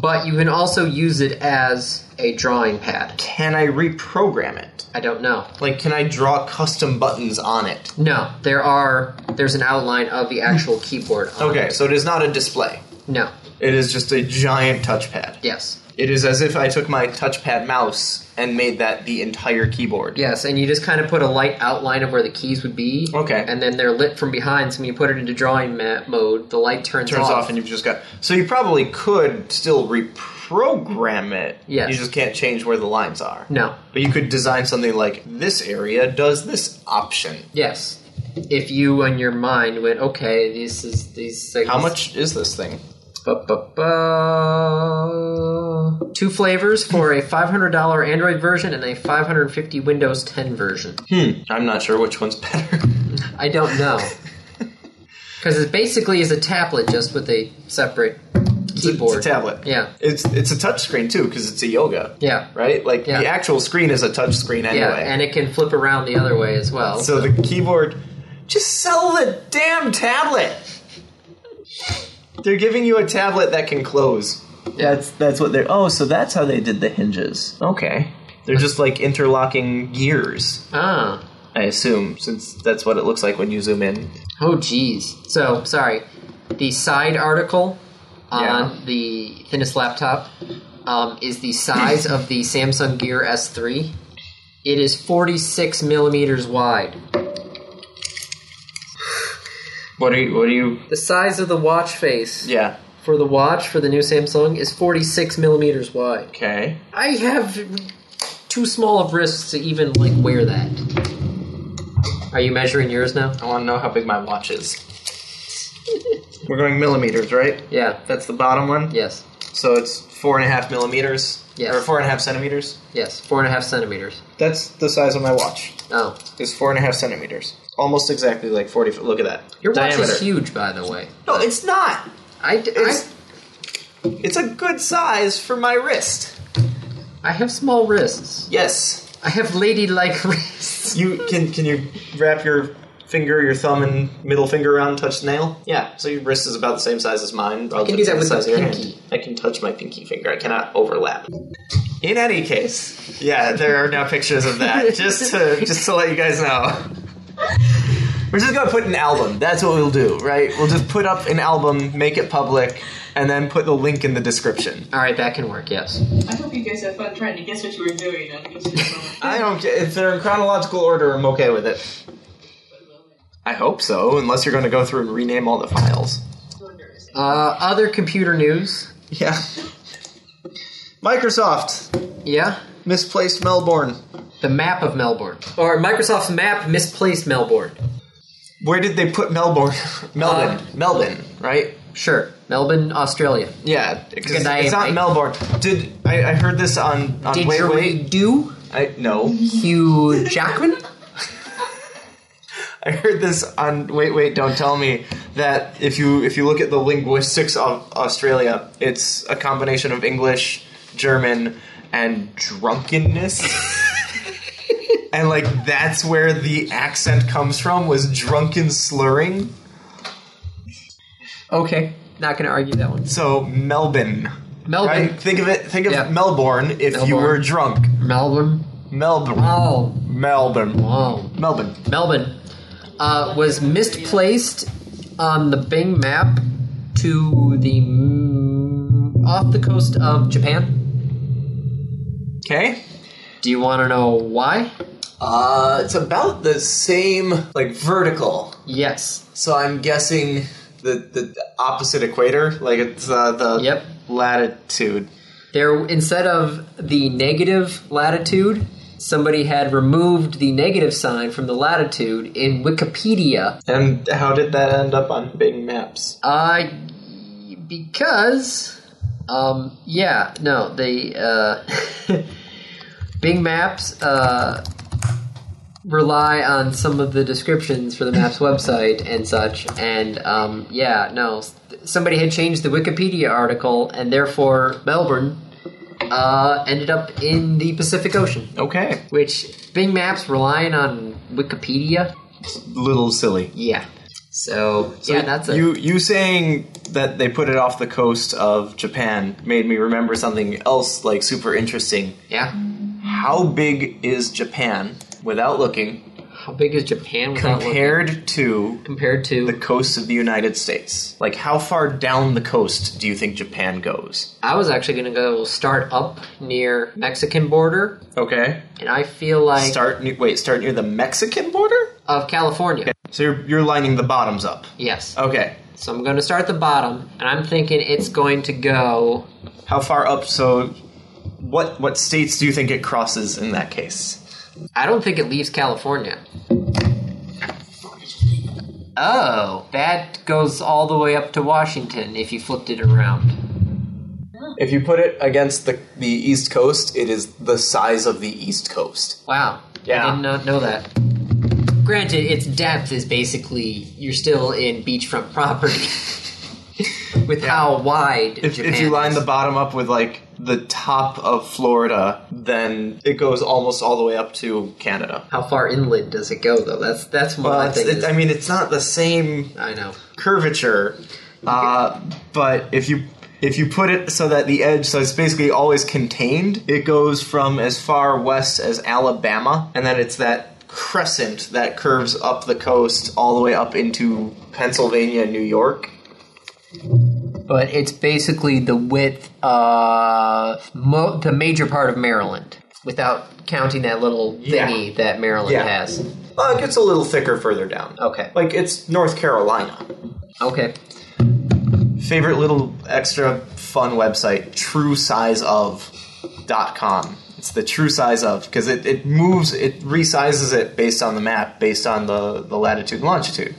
Speaker 1: but you can also use it as a drawing pad.
Speaker 2: Can I reprogram it?
Speaker 1: I don't know.
Speaker 2: Like, can I draw custom buttons on it?
Speaker 1: No, there are. There's an outline of the actual keyboard. On
Speaker 2: Hmm. Okay, so it is not a display.
Speaker 1: It. No.
Speaker 2: It is just a giant touchpad.
Speaker 1: Yes.
Speaker 2: It is as if I took my touchpad mouse and made that the entire keyboard.
Speaker 1: Yes, and you just kind of put a light outline of where the keys would be.
Speaker 2: Okay.
Speaker 1: And then they're lit from behind, so when you put it into drawing ma- mode, the light turns,
Speaker 2: turns off and you've just got so you probably could still reprogram it
Speaker 1: Yes.
Speaker 2: you just can't change where the lines are
Speaker 1: no.
Speaker 2: but you could design something like this area does this option
Speaker 1: Yes. If you and your mind went, okay, this is these things.
Speaker 2: how much is this thing
Speaker 1: Ba, ba, ba. Two flavors for a $500 Android version and a 550 Windows 10 version.
Speaker 2: hmm i'm not sure which one's better
Speaker 1: I don't know. Because it basically is a tablet just with a separate
Speaker 2: It's a-
Speaker 1: keyboard.
Speaker 2: It's a tablet.
Speaker 1: Yeah.
Speaker 2: It's it's a touch screen too because it's a yoga.
Speaker 1: Yeah.
Speaker 2: Right. Like
Speaker 1: Yeah.
Speaker 2: the actual screen is a touch screen anyway.
Speaker 1: Yeah, and it can flip around the other way as well.
Speaker 2: so the keyboard. Just sell the damn tablet. They're giving you a tablet that can close. That's that's what they're. Oh, so that's how they did the hinges. Okay. They're just like interlocking gears,
Speaker 1: ah.
Speaker 2: I assume, since that's what it looks like when you zoom in.
Speaker 1: Oh, geez. So, sorry. The side article on
Speaker 2: Yeah.
Speaker 1: the thinnest laptop um, is the size of the Samsung Gear S3. It is 46 millimeters wide.
Speaker 2: What are you? What are you?
Speaker 1: The size of the watch face
Speaker 2: Yeah.
Speaker 1: for the watch for the new Samsung is 46 millimeters wide.
Speaker 2: Okay.
Speaker 1: I have too small of wrists to even like wear that. Are you measuring yours now?
Speaker 2: I want to know how big my watch is. We're going millimeters, right?
Speaker 1: Yeah.
Speaker 2: That's the bottom one.
Speaker 1: Yes.
Speaker 2: So it's four and a half millimeters,
Speaker 1: Yes.
Speaker 2: or four and a half centimeters.
Speaker 1: Yes. Four and a half centimeters.
Speaker 2: That's the size of my watch.
Speaker 1: Oh,
Speaker 2: It's four and a half centimeters, almost exactly like forty. Foot. Look at that.
Speaker 1: your watch
Speaker 2: Diameter.
Speaker 1: is huge, by the way.
Speaker 2: No, it's not.
Speaker 1: I, d- I-
Speaker 2: It's- It's a good size for my wrist.
Speaker 1: I have small wrists.
Speaker 2: Yes.
Speaker 1: I have ladylike wrists.
Speaker 2: You can can you wrap your finger, your thumb, and middle finger around, and touch the nail? Yeah. So your wrist is about the same size as mine. I
Speaker 1: can do that with my pinky.
Speaker 2: I can touch my pinky finger. I cannot overlap. In any case, yeah, there are now pictures of that. just to just to let you guys know. We're just gonna put an album. That's what we'll do, right? We'll just put up an album, make it public, and then put the link in the description.
Speaker 1: All right, that can work. Yes.
Speaker 3: I hope you guys have fun trying to guess what you were doing. on this moment.
Speaker 2: I don't care. If they're in chronological order, I'm okay with it. I hope so, unless you're going to go through and rename all the files.
Speaker 1: Uh, other computer news.
Speaker 2: Yeah. Microsoft
Speaker 1: Yeah.
Speaker 2: misplaced Melbourne.
Speaker 1: The map of Melbourne, or Microsoft's map misplaced Melbourne.
Speaker 2: Where did they put Melbourne? Melbourne.
Speaker 1: Uh,
Speaker 2: Melbourne, right?
Speaker 1: Sure, Melbourne, Australia.
Speaker 2: Yeah, 'cause
Speaker 1: Good night,
Speaker 2: it's not
Speaker 1: mate.
Speaker 2: Melbourne. Did I, I heard this on, on
Speaker 1: Did
Speaker 2: Wait
Speaker 1: you
Speaker 2: Wait?
Speaker 1: do
Speaker 2: I, no,
Speaker 1: Hugh Jackman?
Speaker 2: I heard this on Wait Wait Don't Tell Me that if you if you look at the linguistics of Australia, it's a combination of English, German, and drunkenness. and like that's where the accent comes from was drunken slurring.
Speaker 1: Okay, not gonna argue that one.
Speaker 2: So Melbourne.
Speaker 1: Melbourne.
Speaker 2: Right? Think of it think of
Speaker 1: Yeah.
Speaker 2: Melbourne if you
Speaker 1: Melbourne.
Speaker 2: were drunk.
Speaker 1: Melbourne.
Speaker 2: Melbourne.
Speaker 1: Oh,
Speaker 2: Melbourne.
Speaker 1: wow.
Speaker 2: Melbourne.
Speaker 1: Melbourne uh, was misplaced on the Bing map to the m- off the coast of Japan.
Speaker 2: Okay?
Speaker 1: Do you want to know why?
Speaker 2: Uh it's about the same like vertical
Speaker 1: Yes.
Speaker 2: So I'm guessing the the opposite equator, like it's uh, the
Speaker 1: Yep.
Speaker 2: latitude.
Speaker 1: There, instead of the negative latitude, somebody had removed the negative sign from the latitude in Wikipedia.
Speaker 2: And how did that end up on Bing Maps?
Speaker 1: Uh, because, um, yeah, no, they, uh, Bing Maps, uh, rely on some of the descriptions for the maps website and such, and, um, yeah, no, s- somebody had changed the Wikipedia article, and therefore Melbourne, uh, ended up in the Pacific Ocean,
Speaker 2: Okay,
Speaker 1: which Bing Maps relying on Wikipedia,
Speaker 2: little silly.
Speaker 1: yeah. So,
Speaker 2: So
Speaker 1: yeah, that's it.
Speaker 2: you. You saying that they put it off the coast of Japan made me remember something else, like super interesting.
Speaker 1: yeah.
Speaker 2: How big is Japan without looking
Speaker 1: How big is Japan without looking?
Speaker 2: compared to
Speaker 1: compared to
Speaker 2: the coast of the United States? Like, how far down the coast do you think Japan goes?
Speaker 1: I was actually gonna go start up near Mexican border,
Speaker 2: Okay.
Speaker 1: and I feel like
Speaker 2: Start ne- wait, start near the Mexican border?
Speaker 1: of California.
Speaker 2: So you're, you're lining the bottoms up.
Speaker 1: Yes.
Speaker 2: Okay.
Speaker 1: So I'm gonna start at the bottom, and I'm thinking it's going to go.
Speaker 2: How far up? So what what states do you think it crosses in that case?
Speaker 1: I don't think it leaves California. Oh, that goes all the way up to Washington if you flipped it around.
Speaker 2: If you put it against the the east coast, it is the size of the east coast.
Speaker 1: Wow.
Speaker 2: Yeah.
Speaker 1: I did not know that. granted, its depth is basically you're still in beachfront property. With how wide
Speaker 2: If,
Speaker 1: Japan
Speaker 2: if you line
Speaker 1: is.
Speaker 2: the bottom up with like the top of Florida, then it goes almost all the way up to Canada.
Speaker 1: how far inland does it go though? That's that's what
Speaker 2: Well,
Speaker 1: I
Speaker 2: it's,
Speaker 1: think.
Speaker 2: it, I mean, it's not the same
Speaker 1: I know.
Speaker 2: curvature, uh, but if you if you put it so that the edge, so it's basically always contained, it goes from as far west as Alabama, and then it's that crescent that curves up the coast all the way up into Pennsylvania, New York.
Speaker 1: But it's basically the width of mo- the major part of Maryland, without counting that little
Speaker 2: Yeah.
Speaker 1: thingy that Maryland
Speaker 2: Yeah.
Speaker 1: has.
Speaker 2: Well, it gets a little thicker further down.
Speaker 1: Okay.
Speaker 2: Like it's North Carolina.
Speaker 1: Okay.
Speaker 2: Favorite little extra fun website, truesizeof.com. It's the true size of because it, it moves, it resizes it based on the map, based on the, the latitude and longitude.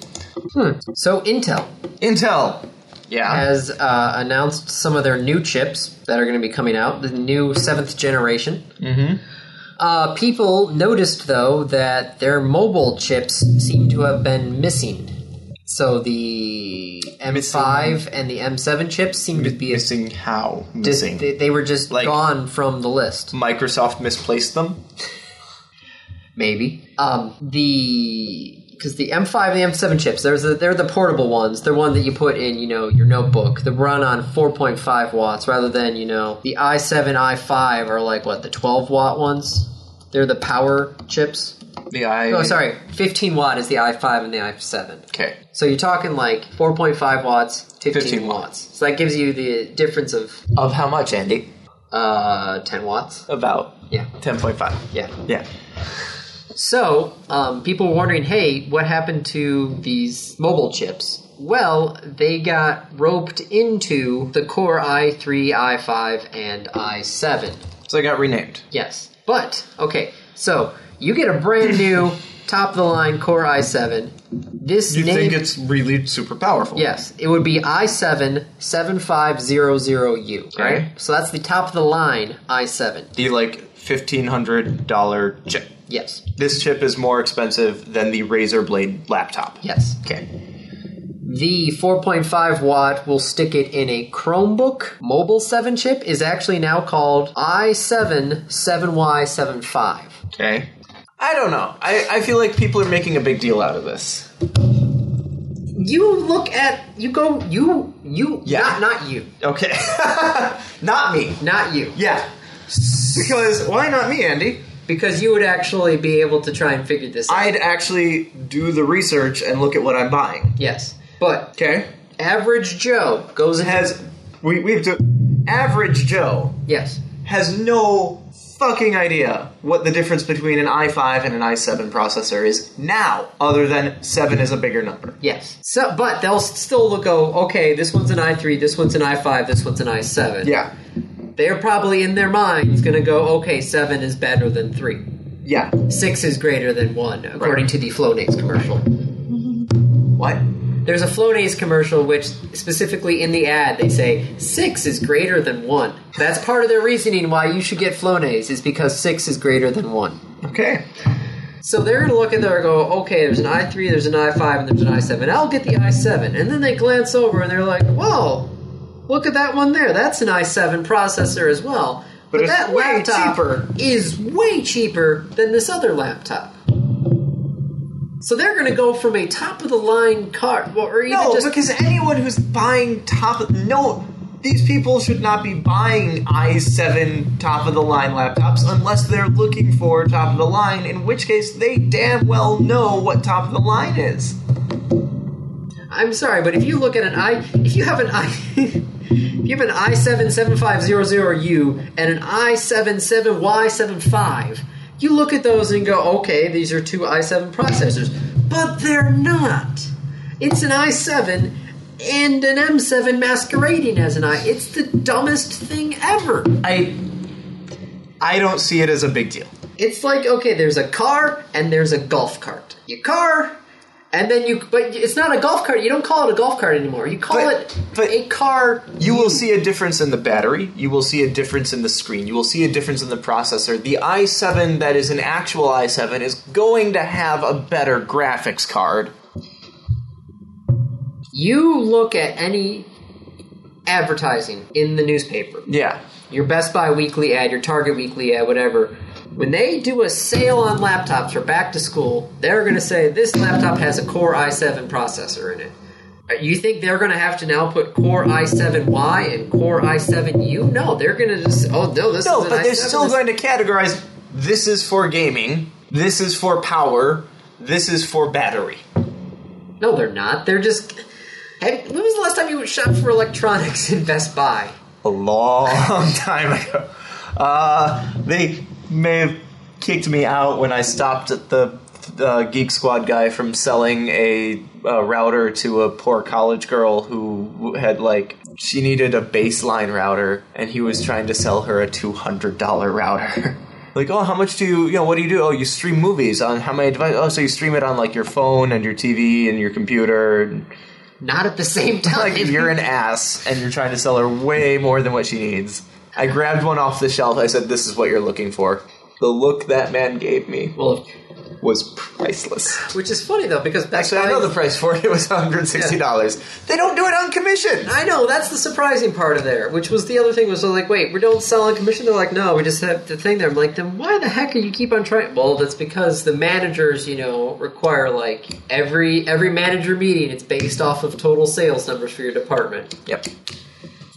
Speaker 1: Hmm. So Intel
Speaker 2: Intel. Yeah.
Speaker 1: has uh, announced some of their new chips that are going to be coming out, the new seventh generation. Mm-hmm. Uh, people noticed though that their mobile chips seem to have been missing. So the M5 and the M7 chips seem to be
Speaker 2: missing how?
Speaker 1: just-
Speaker 2: Missing.
Speaker 1: They, they were just
Speaker 2: Like-
Speaker 1: gone from the list.
Speaker 2: Microsoft misplaced them.
Speaker 1: Maybe um, the because the M5 and the M7 chips, there's the, they're the portable ones. They're one that you put in you know your notebook. They run on 4.5 watts rather than you know the i7, i5 are like what the 12 watt ones. They're the power chips.
Speaker 2: The I.
Speaker 1: Oh, sorry, 15 watt is the i5 and the i7.
Speaker 2: Okay.
Speaker 1: So you're talking like 4.5 watts, 15,
Speaker 2: 15
Speaker 1: watts. So that gives you the difference of
Speaker 2: Of how much, Andy?
Speaker 1: uh, 10 watts.
Speaker 2: About
Speaker 1: Yeah,
Speaker 2: 10.5.
Speaker 1: yeah.
Speaker 2: Yeah.
Speaker 1: So, um, people were wondering, hey, what happened to these mobile chips? Well, they got roped into the Core i3, i5, and i7.
Speaker 2: So it got renamed.
Speaker 1: Yes. But, okay, so you get a brand new top of the line Core i7. This
Speaker 2: You
Speaker 1: name.
Speaker 2: think it's really super powerful?
Speaker 1: Yes, it would be i7 7500U, right?
Speaker 2: Okay.
Speaker 1: So that's the top of the line i7.
Speaker 2: The like $1,500 chip.
Speaker 1: Yes.
Speaker 2: This chip is more expensive than the Razer Blade laptop.
Speaker 1: Yes.
Speaker 2: Okay.
Speaker 1: The 4.5 watt will stick it in a Chromebook mobile 7 chip is actually now called i7 7Y75.
Speaker 2: Okay. I don't know. I, I feel like people are making a big deal out of this.
Speaker 1: You look at you go you you
Speaker 2: Yeah.
Speaker 1: not not you.
Speaker 2: Okay. not me.
Speaker 1: Not you.
Speaker 2: Yeah. Because why not me, Andy?
Speaker 1: Because you would actually be able to try and figure this out.
Speaker 2: I'd actually do the research and look at what I'm buying.
Speaker 1: yes. But
Speaker 2: Okay.
Speaker 1: average Joe goes
Speaker 2: It
Speaker 1: and
Speaker 2: has we we have to average Joe
Speaker 1: Yes.
Speaker 2: has no fucking idea what the difference between an i5 and an i7 processor is now other than 7 is a bigger number.
Speaker 1: Yes. So but they'll still go, okay, this one's an i3, this one's an i5, this one's an i7.
Speaker 2: Yeah.
Speaker 1: They're probably in their minds gonna go, okay, seven is better than three.
Speaker 2: Yeah.
Speaker 1: six is greater than one, according
Speaker 2: Right.
Speaker 1: to the Flonase commercial.
Speaker 2: What?
Speaker 1: There's a Flonase commercial which, specifically in the ad, they say six is greater than one. That's part of their reasoning why you should get Flonase is because six is greater than one.
Speaker 2: Okay.
Speaker 1: So they're going to look at there and go, okay, there's an i3, there's an i5, and there's an i7. I'll get the i7. And then they glance over and they're like, whoa, look at that one there. That's an i7 processor as well. But,
Speaker 2: it's
Speaker 1: that
Speaker 2: way
Speaker 1: laptop
Speaker 2: cheaper."
Speaker 1: is way cheaper than this other laptop. So they're going to go from a top of the line card, or even
Speaker 2: No,
Speaker 1: just
Speaker 2: because anyone who's buying top no these people should not be buying i7 top of the line laptops unless they're looking for top of the line in which case they damn well know what top of the line is.
Speaker 1: I'm sorry, but if you look at an i, if you have an i, if you have an i seven seven five zero zero U and an i seven seven Y seven five, you look at those and go, okay, these are two i seven processors, but they're not. It's an i seven and an M seven masquerading as an i. It's the dumbest thing ever.
Speaker 2: I I don't see it as a big deal.
Speaker 1: It's like okay, there's a car and there's a golf cart. Your car And then you, but it's not a golf cart. You don't call it a golf cart anymore. You call
Speaker 2: But-
Speaker 1: it
Speaker 2: but-
Speaker 1: a car.
Speaker 2: You will see a difference in the battery. You will see a difference in the screen. You will see a difference in the processor. The i7 that is an actual i7 is going to have a better graphics card.
Speaker 1: You look at any advertising in the newspaper,
Speaker 2: Yeah.
Speaker 1: your Best Buy weekly ad, your Target weekly ad, whatever. When they do a sale on laptops for back to school, they're going to say this laptop has a Core i7 processor in it. Uh, You think they're going to have to now put Core i7y and Core i7u? No, they're going to just oh no, this
Speaker 2: No,
Speaker 1: is an
Speaker 2: but they're
Speaker 1: i7,
Speaker 2: still
Speaker 1: this-
Speaker 2: going to categorize this is for gaming, this is for power, this is for battery.
Speaker 1: No, they're not. They're just. Hey, when was the last time you shopped for electronics in Best Buy?
Speaker 2: A long time ago. Uh, they may have kicked me out when I stopped at the uh, Geek Squad guy from selling a, uh router to a poor college girl who had, like, she needed a baseline router, and he was trying to sell her a $200 router. Like, oh, how much do you, you know, what do you do? Oh, you stream movies on how many devices? Oh, so you stream it on, like, your phone and your TV and your computer. And,
Speaker 1: Not at the same time.
Speaker 2: like you're an ass and you're trying to sell her way more than what she needs. I grabbed one off the shelf. I said, "This is what you're looking for." The look that man gave me
Speaker 1: well,
Speaker 2: was priceless.
Speaker 1: which is funny though because Best
Speaker 2: Actually,
Speaker 1: Buy.
Speaker 2: I know the price for it. It was 160 dollars. They don't do it on commission.
Speaker 1: I know that's the surprising part of there, which was the other thing was like, wait, we don't sell on commission. They're like, no, we just have the thing there. I'm like, then why the heck are you keep on trying? Well, that's because the managers, you know, require like every every manager meeting, it's based off of total sales numbers for your department.
Speaker 2: Yep.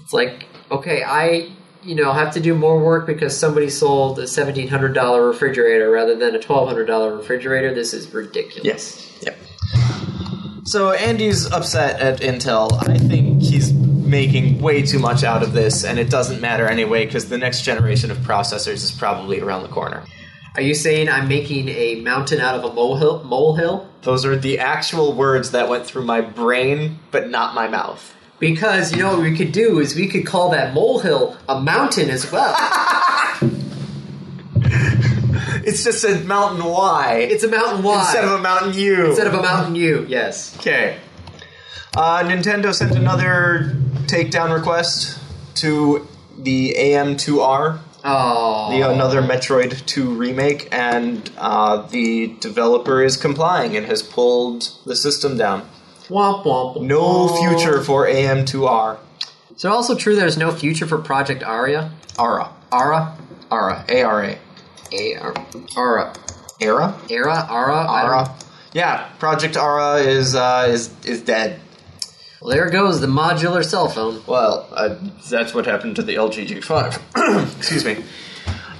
Speaker 1: It's like, okay, I you know have to do more work because somebody sold a seventeen hundred dollar refrigerator rather than a twelve hundred dollar refrigerator. This is ridiculous.
Speaker 2: Yes. Yep. So Andy's upset at Intel. I think he's making way too much out of this, and it doesn't matter anyway because the next generation of processors is probably around the corner.
Speaker 1: Are you saying I'm making a mountain out of a molehill? Molehill?
Speaker 2: Those are the actual words that went through my brain, but not my mouth.
Speaker 1: Because you know what we could do is we could call that molehill a mountain as well.
Speaker 2: It's just a mountain Y
Speaker 1: it's a mountain Y
Speaker 2: instead of a mountain U.
Speaker 1: Instead of a mountain U. Yes.
Speaker 2: okay. Uh, Nintendo sent another takedown request to the AM2R,
Speaker 1: Oh.
Speaker 2: the another Metroid 2 remake, and uh, the developer is complying and has pulled the system down.
Speaker 1: Womp womp.
Speaker 2: No
Speaker 1: womp.
Speaker 2: future for AM2R.
Speaker 1: Is it also true there's no future for Project Aria?
Speaker 2: Ara.
Speaker 1: Ara.
Speaker 2: Ara. A-R-A.
Speaker 1: A R. Ara.
Speaker 2: Era?
Speaker 1: Era. Ara. I don't-
Speaker 2: Ara. Yeah, Project Ara is uh, is is dead.
Speaker 1: Well, there goes the modular cell phone.
Speaker 2: Well, uh, that's what happened to the LG G5. Excuse me.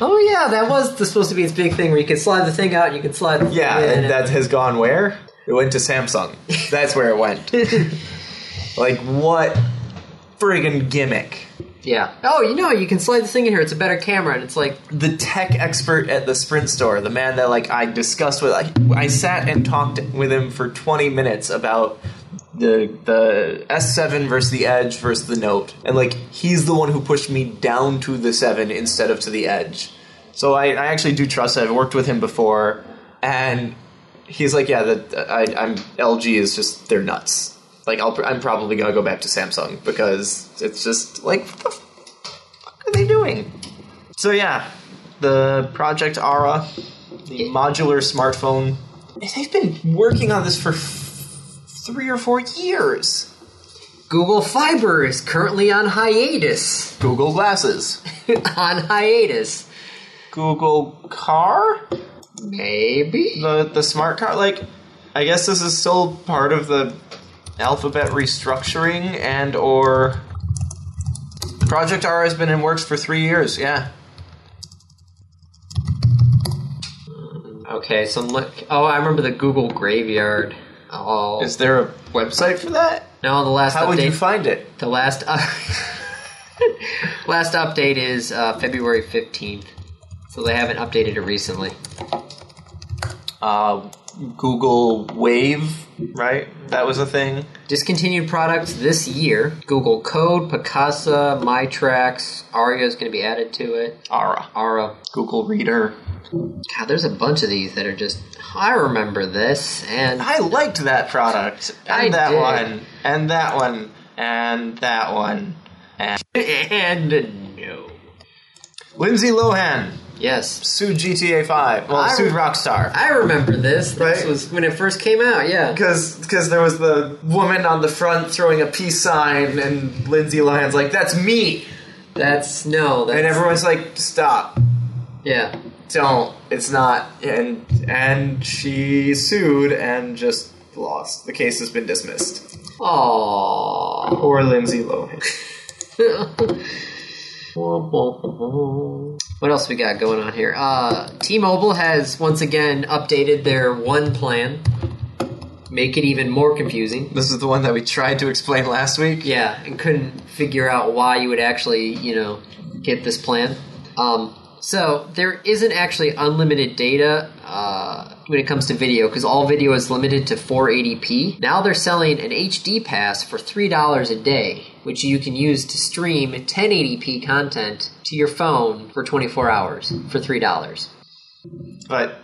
Speaker 1: Oh yeah, that was the, supposed to be its big thing where you could slide the thing out, you could slide. the
Speaker 2: Yeah,
Speaker 1: thing in,
Speaker 2: and that has gone where? It went to Samsung. That's where it went. like what friggin' gimmick?
Speaker 1: yeah. Oh, you know, you can slide the thing in here. It's a better camera, and it's like
Speaker 2: The tech expert at the Sprint store, the man that like I discussed with, I, I sat and talked with him for 20 minutes about the the S7 versus the Edge versus the Note, and like he's the one who pushed me down to the seven instead of to the Edge. So I, I actually do trust. I've worked with him before, and he's like, yeah, that I, I'm LG is just they're nuts. Like I'll, I'm probably gonna go back to Samsung because it's just like what the fuck are they doing? So yeah, the Project Ara, the modular smartphone. They've been working on this for three or four years.
Speaker 1: Google Fiber is currently on hiatus.
Speaker 2: Google Glasses.
Speaker 1: on hiatus,
Speaker 2: Google Car?
Speaker 1: maybe.
Speaker 2: The, the smart car? Like, I guess this is still part of the alphabet restructuring and or... Project R has been in works for three years, yeah.
Speaker 1: Okay, so look. Oh, I remember the Google Graveyard. Oh,
Speaker 2: Is there a website for that?
Speaker 1: no, the last
Speaker 2: How
Speaker 1: update.
Speaker 2: would you find it?
Speaker 1: the last last update is uh, February fifteenth. So they haven't updated it recently.
Speaker 2: Uh, Google Wave, right? That was a thing.
Speaker 1: Discontinued products this year. Google Code, Picasa, MyTrax, Aria is going to be added to it.
Speaker 2: Ara.
Speaker 1: Aura.
Speaker 2: Google Reader.
Speaker 1: God, there's a bunch of these that are just. I remember this, and
Speaker 2: I liked that product. And
Speaker 1: I
Speaker 2: that
Speaker 1: did.
Speaker 2: one. And that one. And that one. And,
Speaker 1: and no.
Speaker 2: Lindsay Lohan
Speaker 1: Yes,
Speaker 2: sued GTA 5. Well,
Speaker 1: I-
Speaker 2: sued Rockstar.
Speaker 1: I remember this. This
Speaker 2: Right?
Speaker 1: was when it first came out. Yeah.
Speaker 2: Because because there was the woman on the front throwing a peace sign, and Lindsay Lohan's like, "That's me,"
Speaker 1: That's no. That's,
Speaker 2: and everyone's like, "Stop,
Speaker 1: yeah.
Speaker 2: don't, it's not." And and she sued and just lost. The case has been dismissed.
Speaker 1: Aww.
Speaker 2: Poor Lindsay Lohan.
Speaker 1: What else we got going on here? Uh, T-Mobile has once again updated their one plan, make it even more confusing.
Speaker 2: This is the one that we tried to explain last week.
Speaker 1: Yeah, and couldn't figure out why you would actually, you know, get this plan. Um, so there isn't actually unlimited data uh, when it comes to video because all video is limited to 480p. Now they're selling an HD pass for three dollars a day, which you can use to stream 1080p content to your phone for 24 hours for three dollars.
Speaker 2: But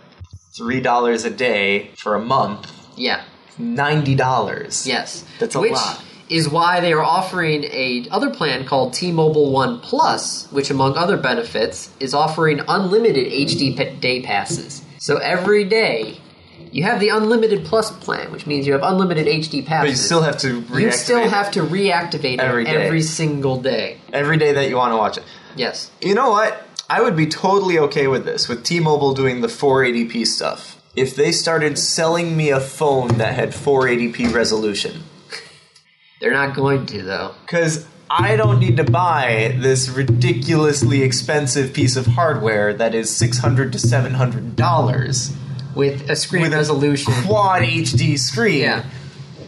Speaker 2: three dollars a day for a month,
Speaker 1: Yeah,
Speaker 2: ninety dollars.
Speaker 1: Yes,
Speaker 2: That's a
Speaker 1: which
Speaker 2: lot.
Speaker 1: Is why they are offering a other plan called T-Mobile One Plus, which, among other benefits, is offering unlimited HD pa- day passes. So every day, you have the unlimited plus plan, which means you have unlimited HD passes.
Speaker 2: But you still have to. Reactivate
Speaker 1: You still
Speaker 2: it
Speaker 1: have to reactivate it
Speaker 2: Every day.
Speaker 1: every single day.
Speaker 2: every day that you want to watch it.
Speaker 1: Yes,
Speaker 2: You know what? I would be totally okay with this, with T Mobile doing the 480p stuff. If they started selling me a phone that had 480p resolution.
Speaker 1: they're not going to though.
Speaker 2: Because I don't need to buy this ridiculously expensive piece of hardware that is 600 to $700
Speaker 1: With a screen
Speaker 2: With a
Speaker 1: resolution,
Speaker 2: quad HD screen.
Speaker 1: Yeah.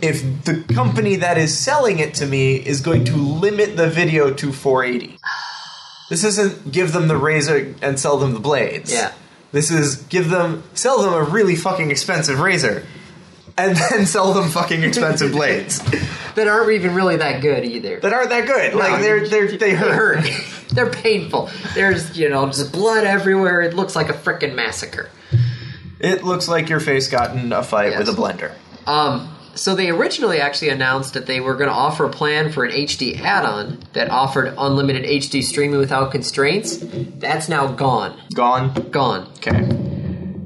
Speaker 2: If the company that is selling it to me is going to limit the video to 480. This isn't give them the razor and sell them the blades.
Speaker 1: Yeah.
Speaker 2: This is give them sell them a really fucking expensive razor and then sell them fucking expensive blades
Speaker 1: that aren't even really that good either.
Speaker 2: that aren't that good. Like they're they're they hurt.
Speaker 1: They're painful. There's, you know, just blood everywhere. It looks like a frickin' massacre.
Speaker 2: It looks like your face got in a fight with a
Speaker 1: Yes.
Speaker 2: blender.
Speaker 1: Um, so they originally actually announced that they were going to offer a plan for an HD add-on that offered unlimited HD streaming without constraints. That's now gone.
Speaker 2: Gone.
Speaker 1: Gone.
Speaker 2: Okay.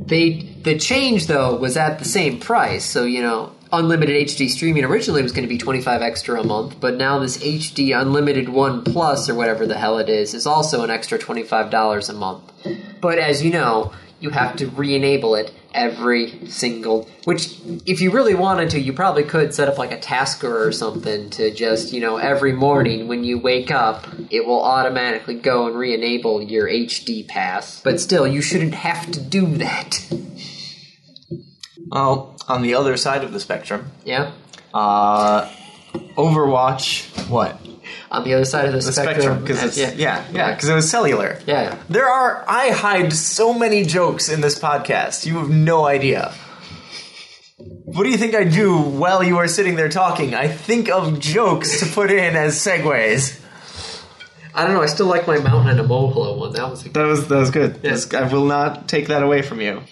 Speaker 1: They the change though was at the same price. So you know, unlimited HD streaming originally was going to be twenty five extra a month, but now this HD unlimited one plus or whatever the hell it is is also an extra twenty five dollars a month. But as you know, you have to re-enable it every single. Which, if you really wanted to, you probably could set up like a tasker or something to just you know every morning when you wake up, it will automatically go and re-enable your HD pass. But still, you shouldn't have to do that.
Speaker 2: Well, on the other side of the spectrum,
Speaker 1: Yeah.
Speaker 2: uh, Overwatch. What?
Speaker 1: On the other side of the,
Speaker 2: The spectrum because it's
Speaker 1: yeah.
Speaker 2: yeah yeah because it was cellular.
Speaker 1: Yeah.
Speaker 2: There are I hide so many jokes in this podcast. You have no idea. What do you think I do while you are sitting there talking? I think of jokes to put in as segues.
Speaker 1: I don't know. I still like my mountain and a moholo one. That was a
Speaker 2: That was that was good.
Speaker 1: Yeah.
Speaker 2: That's- I will not take that away from you.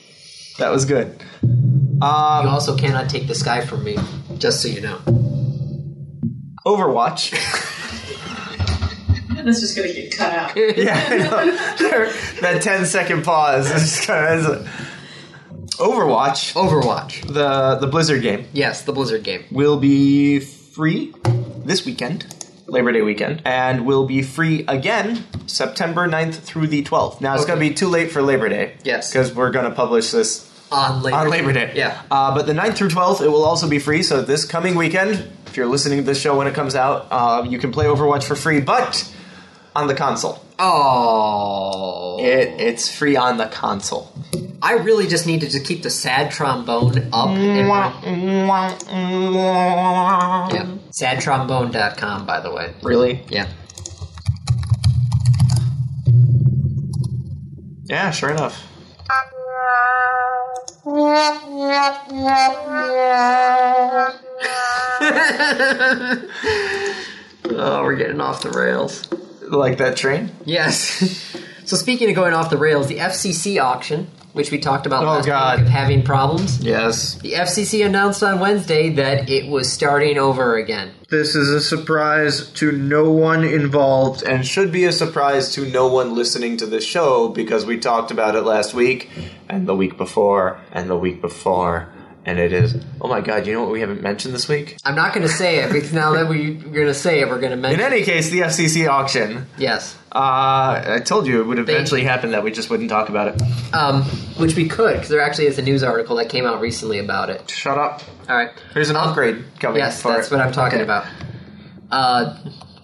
Speaker 2: That was good.
Speaker 1: You
Speaker 2: Um,
Speaker 1: also cannot take the sky from me, just so you know.
Speaker 2: Overwatch.
Speaker 3: That's just gonna get cut out.
Speaker 2: yeah, I know. that 10 second pause. is just kinda- is a- Overwatch,
Speaker 1: Overwatch.
Speaker 2: the the Blizzard game,
Speaker 1: Yes, the Blizzard game.
Speaker 2: will be free this weekend, Labor Day weekend, and will be free again September 9th through the 12th. Now it's
Speaker 1: Okay.
Speaker 2: going to be too late for Labor Day.
Speaker 1: Yes.
Speaker 2: Because we're going to publish this
Speaker 1: On Labor
Speaker 2: on Labor Day.
Speaker 1: Yeah.
Speaker 2: Uh, but the 9th through 12th, it will also be free. So this coming weekend, if you're listening to this show when it comes out, uh, you can play Overwatch for free, but on the console.
Speaker 1: Oh.
Speaker 2: It, it's free on the console.
Speaker 1: I really just need to just keep the sad trombone up. And, yeah. Sadtrombone.com, by the way.
Speaker 2: Really?
Speaker 1: Yeah.
Speaker 2: Yeah, sure enough.
Speaker 1: oh, we're getting off the rails.
Speaker 2: Like that train?
Speaker 1: Yes. So speaking of going off the rails, the FCC auction, which we talked about
Speaker 2: Oh,
Speaker 1: last
Speaker 2: God.
Speaker 1: week of having problems,
Speaker 2: Yes.
Speaker 1: the FCC announced on Wednesday that it was starting over again.
Speaker 2: This is a surprise to no one involved and should be a surprise to no one listening to the show because we talked about it last week and the week before and the week before. And it is, oh my god, you know what we haven't mentioned this week?
Speaker 1: I'm not going to say it because now that we, we're going to say it, we're going to
Speaker 2: In
Speaker 1: mention.
Speaker 2: any case, the FCC auction.
Speaker 1: yes.
Speaker 2: Uh, I told you it would eventually happen that we just wouldn't talk about it.
Speaker 1: Um, which we could because there actually is a news article that came out recently about it.
Speaker 2: Shut up.
Speaker 1: All right.
Speaker 2: There's an upgrade coming
Speaker 1: Yes,
Speaker 2: for
Speaker 1: that's
Speaker 2: it.
Speaker 1: what I'm talking
Speaker 2: Okay.
Speaker 1: about. Uh,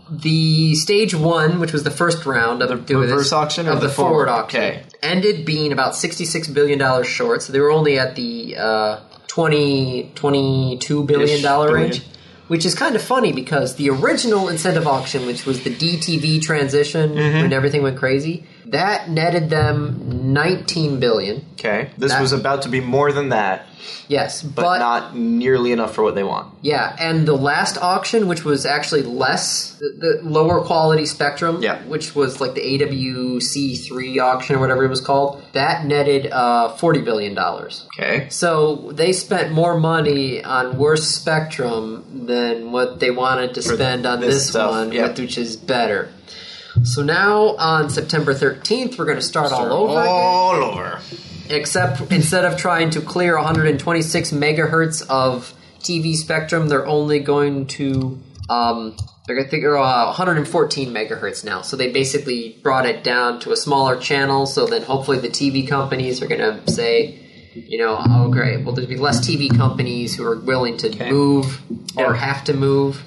Speaker 1: the stage one, which was the first round of the
Speaker 2: reverse auction or
Speaker 1: of
Speaker 2: the
Speaker 1: the, forward,
Speaker 2: forward?
Speaker 1: auction,
Speaker 2: Okay.
Speaker 1: ended being about sixty-six billion dollars short. So they were only at the uh, 20, 22 billion
Speaker 2: Ish,
Speaker 1: dollar
Speaker 2: billion.
Speaker 1: range, which is kind of funny because the original incentive auction, which was the DTV transition
Speaker 2: Mm-hmm.
Speaker 1: when everything went crazy, that netted them nineteen billion.
Speaker 2: Okay. This
Speaker 1: That-
Speaker 2: was about to be more than that,
Speaker 1: Yes, but,
Speaker 2: but, not nearly enough for what they want.
Speaker 1: Yeah, and the last auction, which was actually less the, the lower quality spectrum,
Speaker 2: Yeah.
Speaker 1: which was like the AWC three auction or whatever it was called, that netted uh, forty billion dollars.
Speaker 2: Okay.
Speaker 1: So they spent more money on worse spectrum than what they wanted to spend on
Speaker 2: this
Speaker 1: this,
Speaker 2: stuff,
Speaker 1: one,
Speaker 2: yeah.
Speaker 1: with- which is better. So now on September thirteenth, we're going to start, all over. again
Speaker 2: All over.
Speaker 1: except instead of trying to clear 126 megahertz of TV spectrum, they're only going to um, they're going to figure out 114 megahertz now. So they basically brought it down to a smaller channel. So then hopefully the TV companies are going to say, you know, oh great, well there'll be less TV companies who are willing to move or
Speaker 2: Yeah.
Speaker 1: have to move.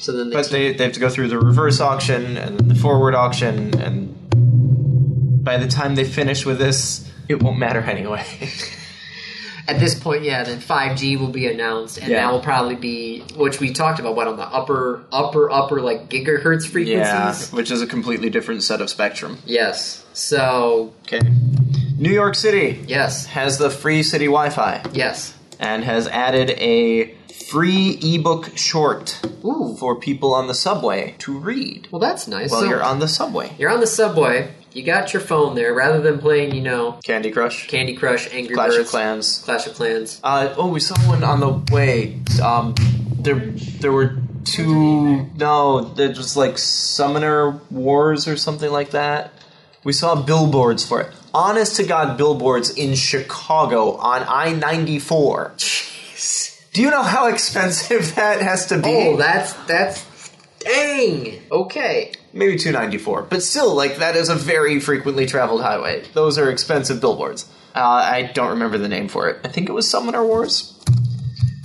Speaker 1: So then the
Speaker 2: But they, they have to go through the reverse auction and the forward auction, and by the time they finish with this, it won't matter anyway.
Speaker 1: at this point, yeah, then 5G will be announced, and
Speaker 2: Yeah.
Speaker 1: that will probably be which we talked about. What on the upper, upper, upper like gigahertz frequencies?
Speaker 2: which is a completely different set of spectrum.
Speaker 1: Yes. So
Speaker 2: Okay. New York City
Speaker 1: yes,
Speaker 2: has the free city Wi Fi
Speaker 1: yes.
Speaker 2: and has added a free ebook short
Speaker 1: Ooh.
Speaker 2: for people on the subway to read
Speaker 1: Well, that's nice.
Speaker 2: while
Speaker 1: So
Speaker 2: you're on the subway.
Speaker 1: you're on the subway. You got your phone there, rather than playing, you know,
Speaker 2: Candy Crush,
Speaker 1: Candy Crush, Angry
Speaker 2: Clash of
Speaker 1: Birds,
Speaker 2: Clans,
Speaker 1: Clash of Clans.
Speaker 2: Uh, oh, we saw one on the way. Um, there, there were two. No, there was like Summoner Wars or something like that. We saw billboards for it. Honest to God, billboards in Chicago on I ninety four. Do you know how expensive that has to be?
Speaker 1: Oh, that's that's dang. Okay.
Speaker 2: Maybe two ninety four, but still, like that is a very frequently traveled highway. Those are expensive billboards. Uh, I don't remember the name for it. I think it was Summoner Wars.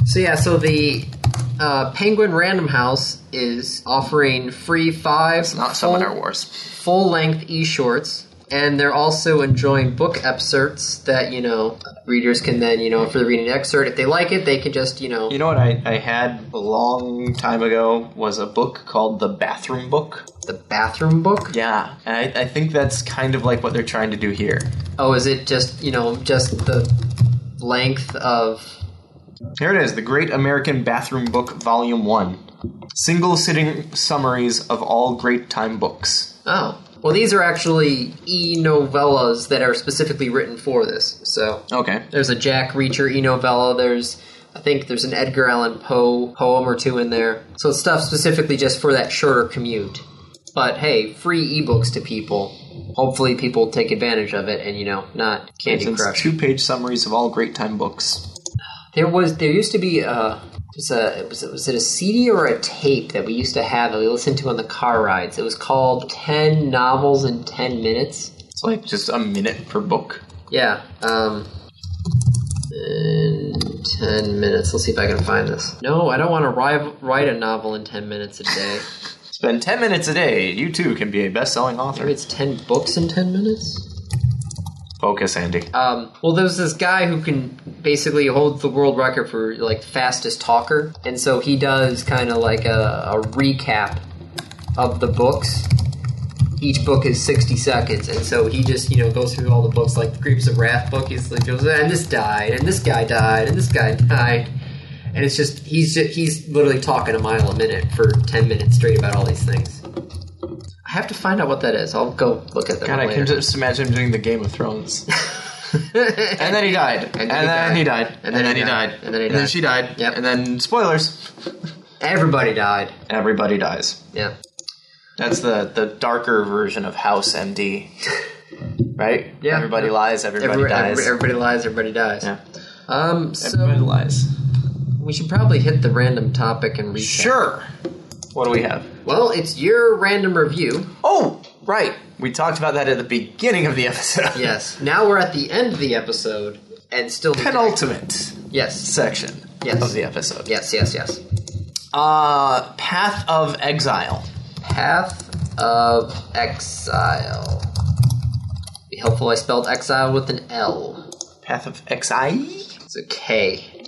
Speaker 1: So yeah, so the uh, Penguin Random House is offering free five.
Speaker 2: Not
Speaker 1: full-
Speaker 2: Summoner Wars.
Speaker 1: full length e shorts, and they're also enjoying book excerpts that, you know, readers can then, you know, if they're reading an excerpt, if they like it, they can just, you know.
Speaker 2: You know what I, I had a long time ago was a book called The Bathroom Book.
Speaker 1: The bathroom book?
Speaker 2: Yeah, and I, I think that's kind of like what they're trying to do here.
Speaker 1: Oh, is it just, you know, just the length of.
Speaker 2: Here it is The Great American Bathroom Book, Volume 1. Single sitting summaries of all great time books.
Speaker 1: Oh. Well, these are actually e novellas that are specifically written for this, so.
Speaker 2: Okay.
Speaker 1: There's a Jack Reacher e novella. There's, I think, there's an Edgar Allan Poe poem or two in there. So it's stuff specifically just for that shorter commute. But hey, free ebooks to people. Hopefully, people take advantage of it and you know not Candy Crush.
Speaker 2: Two page summaries of all great time books.
Speaker 1: there was there used to be a. It's a, was, it, was it a CD or a tape that we used to have that we listened to on the car rides? It was called 10 Novels in 10 Minutes.
Speaker 2: It's like just a minute per book.
Speaker 1: Yeah. Um, in 10 minutes. Let's see if I can find this. No, I don't want to ri- write a novel in 10 minutes a day.
Speaker 2: Spend 10 minutes a day, you too can be a best selling
Speaker 1: Maybe
Speaker 2: author.
Speaker 1: it's 10 books in 10 minutes?
Speaker 2: Focus, Andy.
Speaker 1: Um, well, there's this guy who can basically holds the world record for, like, fastest talker. And so he does kind of like a, a recap of the books. each book is 60 seconds, and so he just, you know, goes through all the books, like the Grapes of Wrath book, he's like, goes, and this died, and this guy died, and this guy died. And it's just, he's just, he's literally talking a mile a minute for 10 minutes straight about all these things. I have to find out what that is. I'll go look at that
Speaker 2: God, I
Speaker 1: later.
Speaker 2: can just imagine him doing the Game of Thrones. and
Speaker 1: and
Speaker 2: then he died. And, then he died.
Speaker 1: And then he died.
Speaker 2: And then he died. And then she died.
Speaker 1: Yep.
Speaker 2: And then spoilers.
Speaker 1: everybody died.
Speaker 2: Everybody dies.
Speaker 1: Yeah.
Speaker 2: That's the the darker version of House MD. right?
Speaker 1: Yeah.
Speaker 2: Everybody lies, everybody
Speaker 1: Every-
Speaker 2: dies.
Speaker 1: every- everybody lies. Everybody dies.
Speaker 2: Yeah.
Speaker 1: Um. So
Speaker 2: Everybody lies.
Speaker 1: we should probably hit the random topic and recap.
Speaker 2: Sure. What do we have?
Speaker 1: Well, it's your random review.
Speaker 2: Oh, right. We talked about that at the beginning of the episode.
Speaker 1: Yes. Now we're at the end of the episode and still
Speaker 2: Penultimate
Speaker 1: Yes.
Speaker 2: section
Speaker 1: Yes.
Speaker 2: of the episode.
Speaker 1: Yes. Yes. Yes.
Speaker 2: Uh, Path of Exile.
Speaker 1: Path of Exile. Be helpful. I spelled exile with an L.
Speaker 2: Path of Exile?
Speaker 1: It's a K.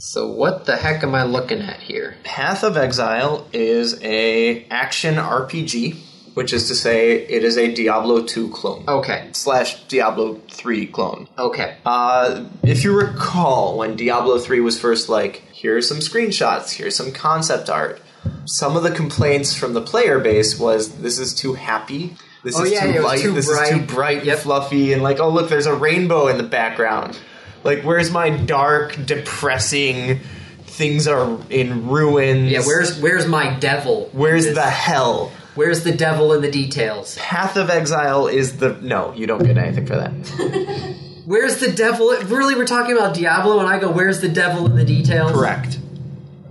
Speaker 1: So what the heck am I looking at here?
Speaker 2: Path of Exile is a action RPG, which is to say, it is a Diablo 2 clone
Speaker 1: Okay.
Speaker 2: slash Diablo 3 clone.
Speaker 1: Okay.
Speaker 2: Uh, if you recall, when Diablo 3 was first like, here's some screenshots, here's some concept art, some of the complaints from the player base was this is too happy. This
Speaker 1: Oh,
Speaker 2: is
Speaker 1: yeah,
Speaker 2: too
Speaker 1: yeah, it was
Speaker 2: light,
Speaker 1: too
Speaker 2: this is too
Speaker 1: bright.
Speaker 2: bright and
Speaker 1: Yep.
Speaker 2: fluffy, and like, oh look, there's a rainbow in the background. Like, where's my dark, depressing things are in ruins?
Speaker 1: Yeah, where's where's my devil?
Speaker 2: where's the hell?
Speaker 1: where's the devil in the details?
Speaker 2: Path of Exile is the no, you don't get anything for that.
Speaker 1: Where's the devil? Really, we're talking about Diablo, and I go, "Where's the devil in the details?"
Speaker 2: Correct.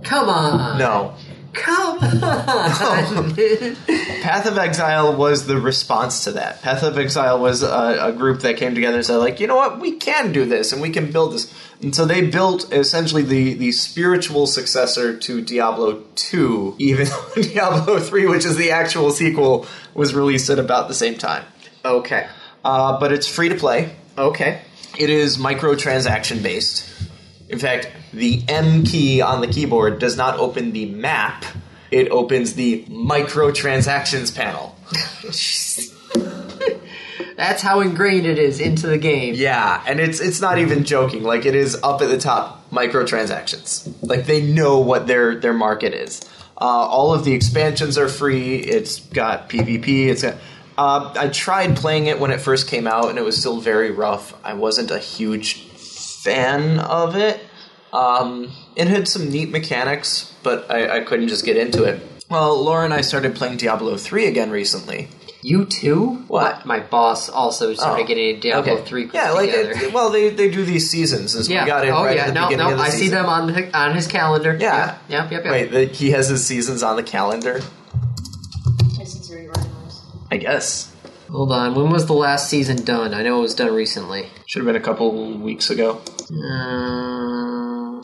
Speaker 1: Come on.
Speaker 2: No.
Speaker 1: Come on.
Speaker 2: Path of Exile was the response to that. Path of Exile was a, a group that came together and said, like, you know what, we can do this and we can build this. And so they built essentially the, the spiritual successor to Diablo 2, even though Diablo 3, which is the actual sequel, was released at about the same time.
Speaker 1: okay.
Speaker 2: Uh, but it's free to play.
Speaker 1: Okay.
Speaker 2: It is microtransaction based. In fact, the M key on the keyboard does not open the map, it opens the microtransactions panel.
Speaker 1: That's how ingrained it is into the game.
Speaker 2: Yeah, and it's it's not even joking. Like it is up at the top microtransactions. Like they know what their their market is. Uh, all of the expansions are free. It's got PvP. It's got. Uh, I tried playing it when it first came out, and it was still very rough. I wasn't a huge fan of it. Um, it had some neat mechanics, but I, I couldn't just get into it. Well, Laura and I started playing Diablo 3 again recently.
Speaker 1: You too?
Speaker 2: What?
Speaker 1: My, my boss also started
Speaker 2: Oh.
Speaker 1: getting a Diablo
Speaker 2: Okay.
Speaker 1: 3 group
Speaker 2: Yeah, like
Speaker 1: together.
Speaker 2: it, well, they they do these seasons. As
Speaker 1: yeah.
Speaker 2: we got in
Speaker 1: oh
Speaker 2: right
Speaker 1: yeah.
Speaker 2: at the
Speaker 1: no,
Speaker 2: beginning
Speaker 1: no.
Speaker 2: of the
Speaker 1: I see
Speaker 2: season.
Speaker 1: them on the, on his calendar.
Speaker 2: Yeah.
Speaker 1: Yep. Yep. Yep.
Speaker 2: Wait, the, he has his seasons on the calendar.
Speaker 3: I sincerely recognize.
Speaker 2: I guess
Speaker 1: Hold on. When was the last season done? I know it was done recently.
Speaker 2: should have been a couple weeks ago.
Speaker 1: Um,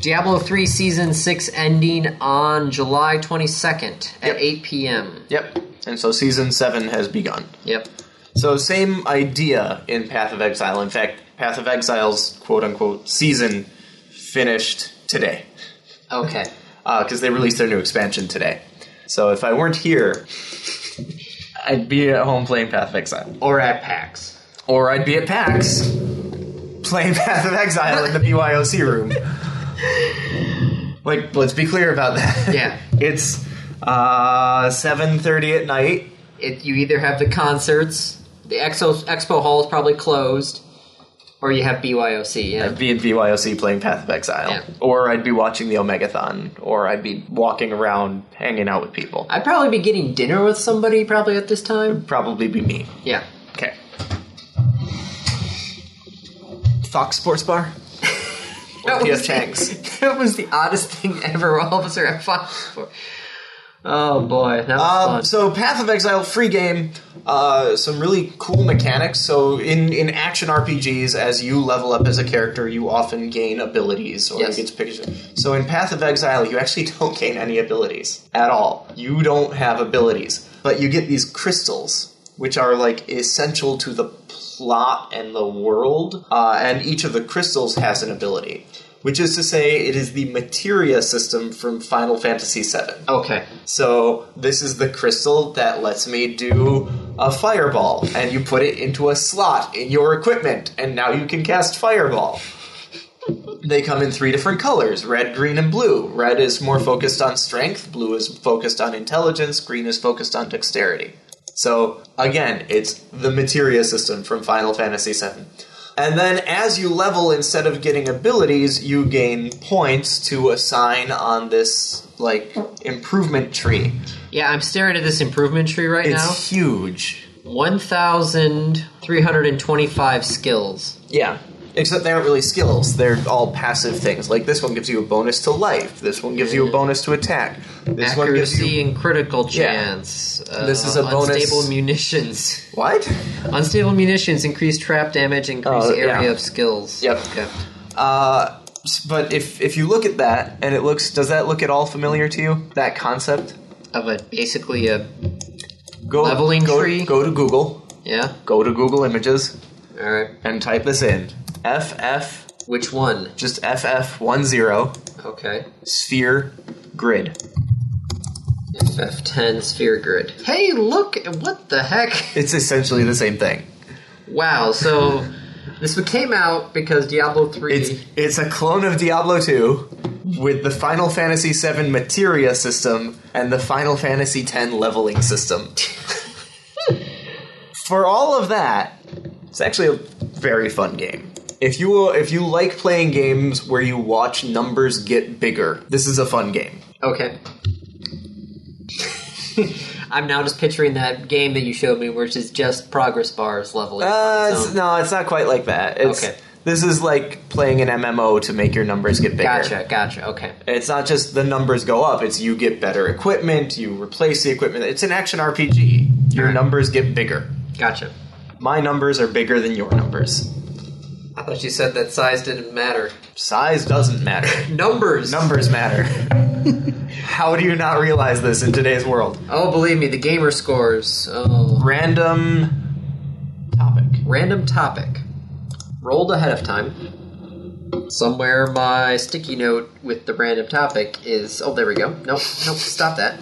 Speaker 1: Diablo 3 Season 6 ending on July 22nd at
Speaker 2: Yep.
Speaker 1: 8 p.m.
Speaker 2: Yep. And so season seven has begun.
Speaker 1: Yep.
Speaker 2: So same idea in Path of Exile. In fact, Path of Exile's quote unquote season finished today
Speaker 1: Okay.
Speaker 2: because Uh, they released their new expansion today. So if I weren't here, I'd be at home playing Path of Exile,
Speaker 1: Or at PAX.
Speaker 2: or I'd be at PAX playing Path of Exile in the BYOC room. Like, let's be clear about that.
Speaker 1: Yeah.
Speaker 2: It's uh, seven thirty at night.
Speaker 1: It, you either have the concerts, the exo, expo hall is probably closed, or you have BYOC. Yeah.
Speaker 2: I'd be in BYOC playing Path of Exile,
Speaker 1: Yeah.
Speaker 2: or I'd be watching the Omegathon, or I'd be walking around hanging out with people.
Speaker 1: I'd probably be getting dinner with somebody probably at this time.
Speaker 2: Probably be me.
Speaker 1: Yeah.
Speaker 2: Okay. Fox Sports Bar. Or
Speaker 1: That was
Speaker 2: P.F.
Speaker 1: the-
Speaker 2: Chang's.
Speaker 1: That was the oddest thing ever. All of us are at Fox for. Oh boy, that was
Speaker 2: Um,
Speaker 1: fun.
Speaker 2: so Path of Exile free game, uh, some really cool mechanics. So in, in action RPGs, as you level up as a character, you often gain abilities or
Speaker 1: Yes.
Speaker 2: you get to pick. So in Path of Exile, you actually don't gain any abilities at all. You don't have abilities, but you get these crystals, which are like essential to the plot and the world, uh, and each of the crystals has an ability. which is to say, it is the materia system from Final Fantasy VII.
Speaker 1: Okay.
Speaker 2: So this is the crystal that lets me do a fireball, and you put it into a slot in your equipment, and now you can cast fireball. They come in three different colors red, green, and blue. Red is more focused on strength, blue is focused on intelligence, green is focused on dexterity. So, again, it's the materia system from Final Fantasy VII. And then, as you level, instead of getting abilities, you gain points to assign on this, like, improvement tree.
Speaker 1: Yeah, I'm staring at this improvement tree right now.
Speaker 2: It's huge.
Speaker 1: 1,325 skills.
Speaker 2: Yeah. Except they aren't really skills. They're all passive things. Like this one gives you a bonus to life. This one gives you a bonus to attack. This one gives
Speaker 1: Accuracy
Speaker 2: you
Speaker 1: and critical
Speaker 2: Yeah.
Speaker 1: chance. Uh,
Speaker 2: This is a bonus-
Speaker 1: Unstable munitions.
Speaker 2: what?
Speaker 1: Unstable munitions increase trap damage, increase
Speaker 2: Oh, yeah.
Speaker 1: area of skills.
Speaker 2: Yep.
Speaker 1: Okay.
Speaker 2: Uh, s- but if if you look at that and it looks, does that look at all familiar to you? That concept.
Speaker 1: Of a basically a
Speaker 2: Go
Speaker 1: Leveling
Speaker 2: go,
Speaker 1: tree?
Speaker 2: Go to Google.
Speaker 1: yeah.
Speaker 2: Go to Google Images
Speaker 1: All right.
Speaker 2: and type this in. FF
Speaker 1: Which one?
Speaker 2: just FF one zero
Speaker 1: Okay.
Speaker 2: sphere grid.
Speaker 1: FF10 sphere grid. Hey, look! What the heck?
Speaker 2: It's essentially the same thing.
Speaker 1: Wow. So this one came out because Diablo 3.
Speaker 2: It's it's a clone of Diablo 2 with the Final Fantasy VII materia system and the Final Fantasy X leveling system. For all of that, it's actually a very fun game. If you if you like playing games where you watch numbers get bigger, this is a fun game.
Speaker 1: Okay. I'm now just picturing that game that you showed me, which is just progress bars leveling.
Speaker 2: Uh,
Speaker 1: So-
Speaker 2: it's, no, it's not quite like that. It's,
Speaker 1: Okay.
Speaker 2: This is like playing an MMO to make your numbers get bigger.
Speaker 1: gotcha, gotcha. Okay.
Speaker 2: It's not just the numbers go up, it's you get better equipment, you replace the equipment. It's an action RPG. Your
Speaker 1: Alright.
Speaker 2: numbers get bigger.
Speaker 1: Gotcha.
Speaker 2: My numbers are bigger than your numbers.
Speaker 1: I thought you said that size didn't matter.
Speaker 2: Size doesn't matter.
Speaker 1: Numbers!
Speaker 2: numbers matter. How do you not realize this in today's world?
Speaker 1: Oh, believe me, the gamer scores. Oh.
Speaker 2: Random topic.
Speaker 1: Random topic. Rolled ahead of time. Somewhere my sticky note with the random topic is. Oh, there we go. Nope, nope, stop that.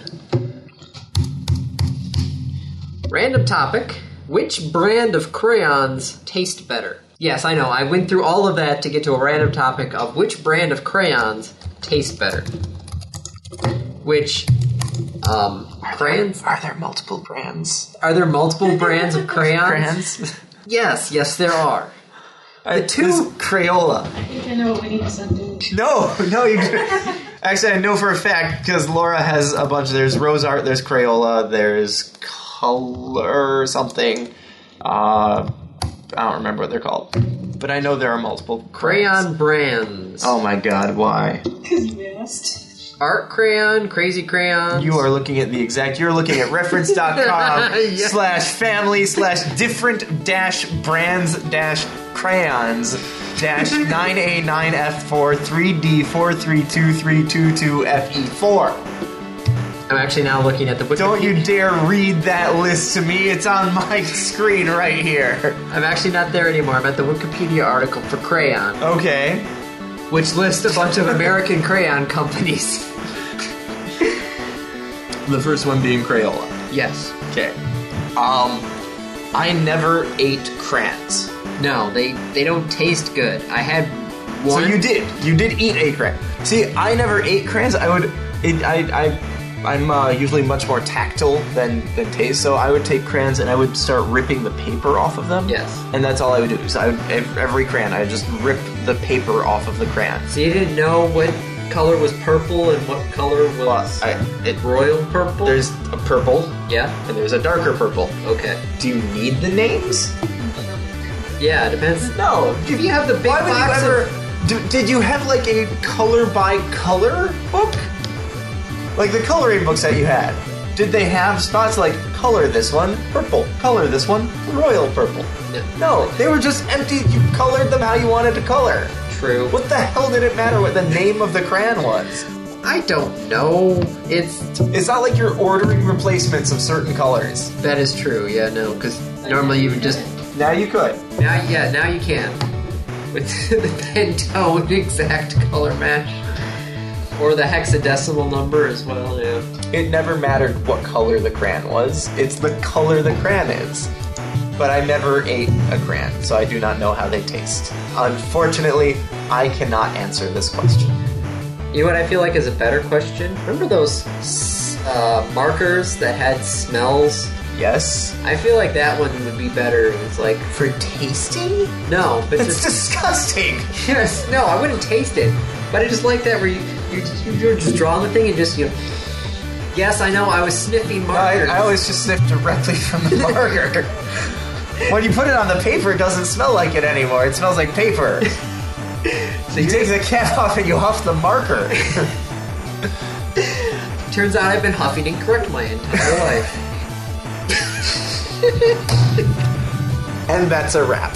Speaker 1: Random topic. Which brand of crayons taste better? Yes, I know. I went through all of that to get to a random topic of which brand of crayons taste better. Which, um, crayons?
Speaker 2: Are there multiple brands?
Speaker 1: Are there multiple brands of crayons?
Speaker 2: Brands?
Speaker 1: Yes, yes, there are.
Speaker 2: The
Speaker 1: two-
Speaker 2: Crayola.
Speaker 3: I think I know what we need to do.
Speaker 2: No, no, you. Actually, I know for a fact because Laura has a bunch. There's Rose Art, there's Crayola, there's Color something. Uh, I don't remember what they're called, but I know there are multiple
Speaker 1: Crayon brands.
Speaker 2: Oh my god, why?
Speaker 3: Because you asked.
Speaker 1: Art crayon, crazy crayon.
Speaker 2: You are looking at the exact. You're looking at reference.com
Speaker 1: Yeah.
Speaker 2: slash family slash different dash brands dash crayons dash 9A9F4 E 3D432322FE4.
Speaker 1: I'm actually now looking at the Wikipedia.
Speaker 2: Don't you dare read that list to me. It's on my screen right here.
Speaker 1: I'm actually not there anymore. I'm at the Wikipedia article for crayon,
Speaker 2: Okay.
Speaker 1: which lists a bunch of American crayon companies.
Speaker 2: The first one being Crayola.
Speaker 1: Yes.
Speaker 2: Okay. Um, I never ate crayons.
Speaker 1: No, they they don't taste good. I had
Speaker 2: So
Speaker 1: one.
Speaker 2: you did. You did eat eight crayons. See, I never ate crayons. I would. It, I. I. I'm uh, usually much more tactile than than taste. So I would take crayons and I would start ripping the paper off of them.
Speaker 1: Yes.
Speaker 2: And that's all I would do. So I would, ev- every crayon, I would just rip the paper off of the crayon.
Speaker 1: So you didn't know what color was purple and what color was
Speaker 2: I, it,
Speaker 1: royal purple.
Speaker 2: there's a purple
Speaker 1: yeah.
Speaker 2: and there's a darker purple.
Speaker 1: Okay.
Speaker 2: Do you need the names?
Speaker 1: Yeah, it depends.
Speaker 2: No.
Speaker 1: If you have the big
Speaker 2: Why would you
Speaker 1: box of-
Speaker 2: ever? do- did you have like a color by color book? Like the coloring books that you had. Did they have spots like color this one purple, color this one royal purple? No, they were just empty. You colored them how you wanted to color.
Speaker 1: True.
Speaker 2: What the hell did it matter what the name of the crayon was?
Speaker 1: I don't know. It's
Speaker 2: It's not like you're ordering replacements of certain colors.
Speaker 1: That is true. Yeah, no, because normally you would just
Speaker 2: Now you could.
Speaker 1: now. Yeah, now you can. with the pentone exact color match. Or the hexadecimal number as well, yeah.
Speaker 2: It never mattered what color the crayon was. It's the color the crayon is. But I never ate a crayon, so I do not know how they taste. Unfortunately, I cannot answer this question.
Speaker 1: You know what I feel like is a better question? Remember those s- uh, markers that had smells?
Speaker 2: Yes?
Speaker 1: I feel like that one would be better. It's like,
Speaker 2: For tasting?
Speaker 1: no, but just,
Speaker 2: That's disgusting!
Speaker 1: yes, no, I wouldn't taste it. But I just like that where you, you, you're just drawing the thing and just, you know, yes, I know, I was sniffing
Speaker 2: I,
Speaker 1: markers.
Speaker 2: I always just sniff directly from the marker. when you put it on the paper, it doesn't smell like it anymore. It smells like paper.
Speaker 1: So
Speaker 2: You
Speaker 1: you're-
Speaker 2: take the cap off and you huff the marker.
Speaker 1: Turns out I've been huffing incorrect my entire life.
Speaker 2: and that's a wrap.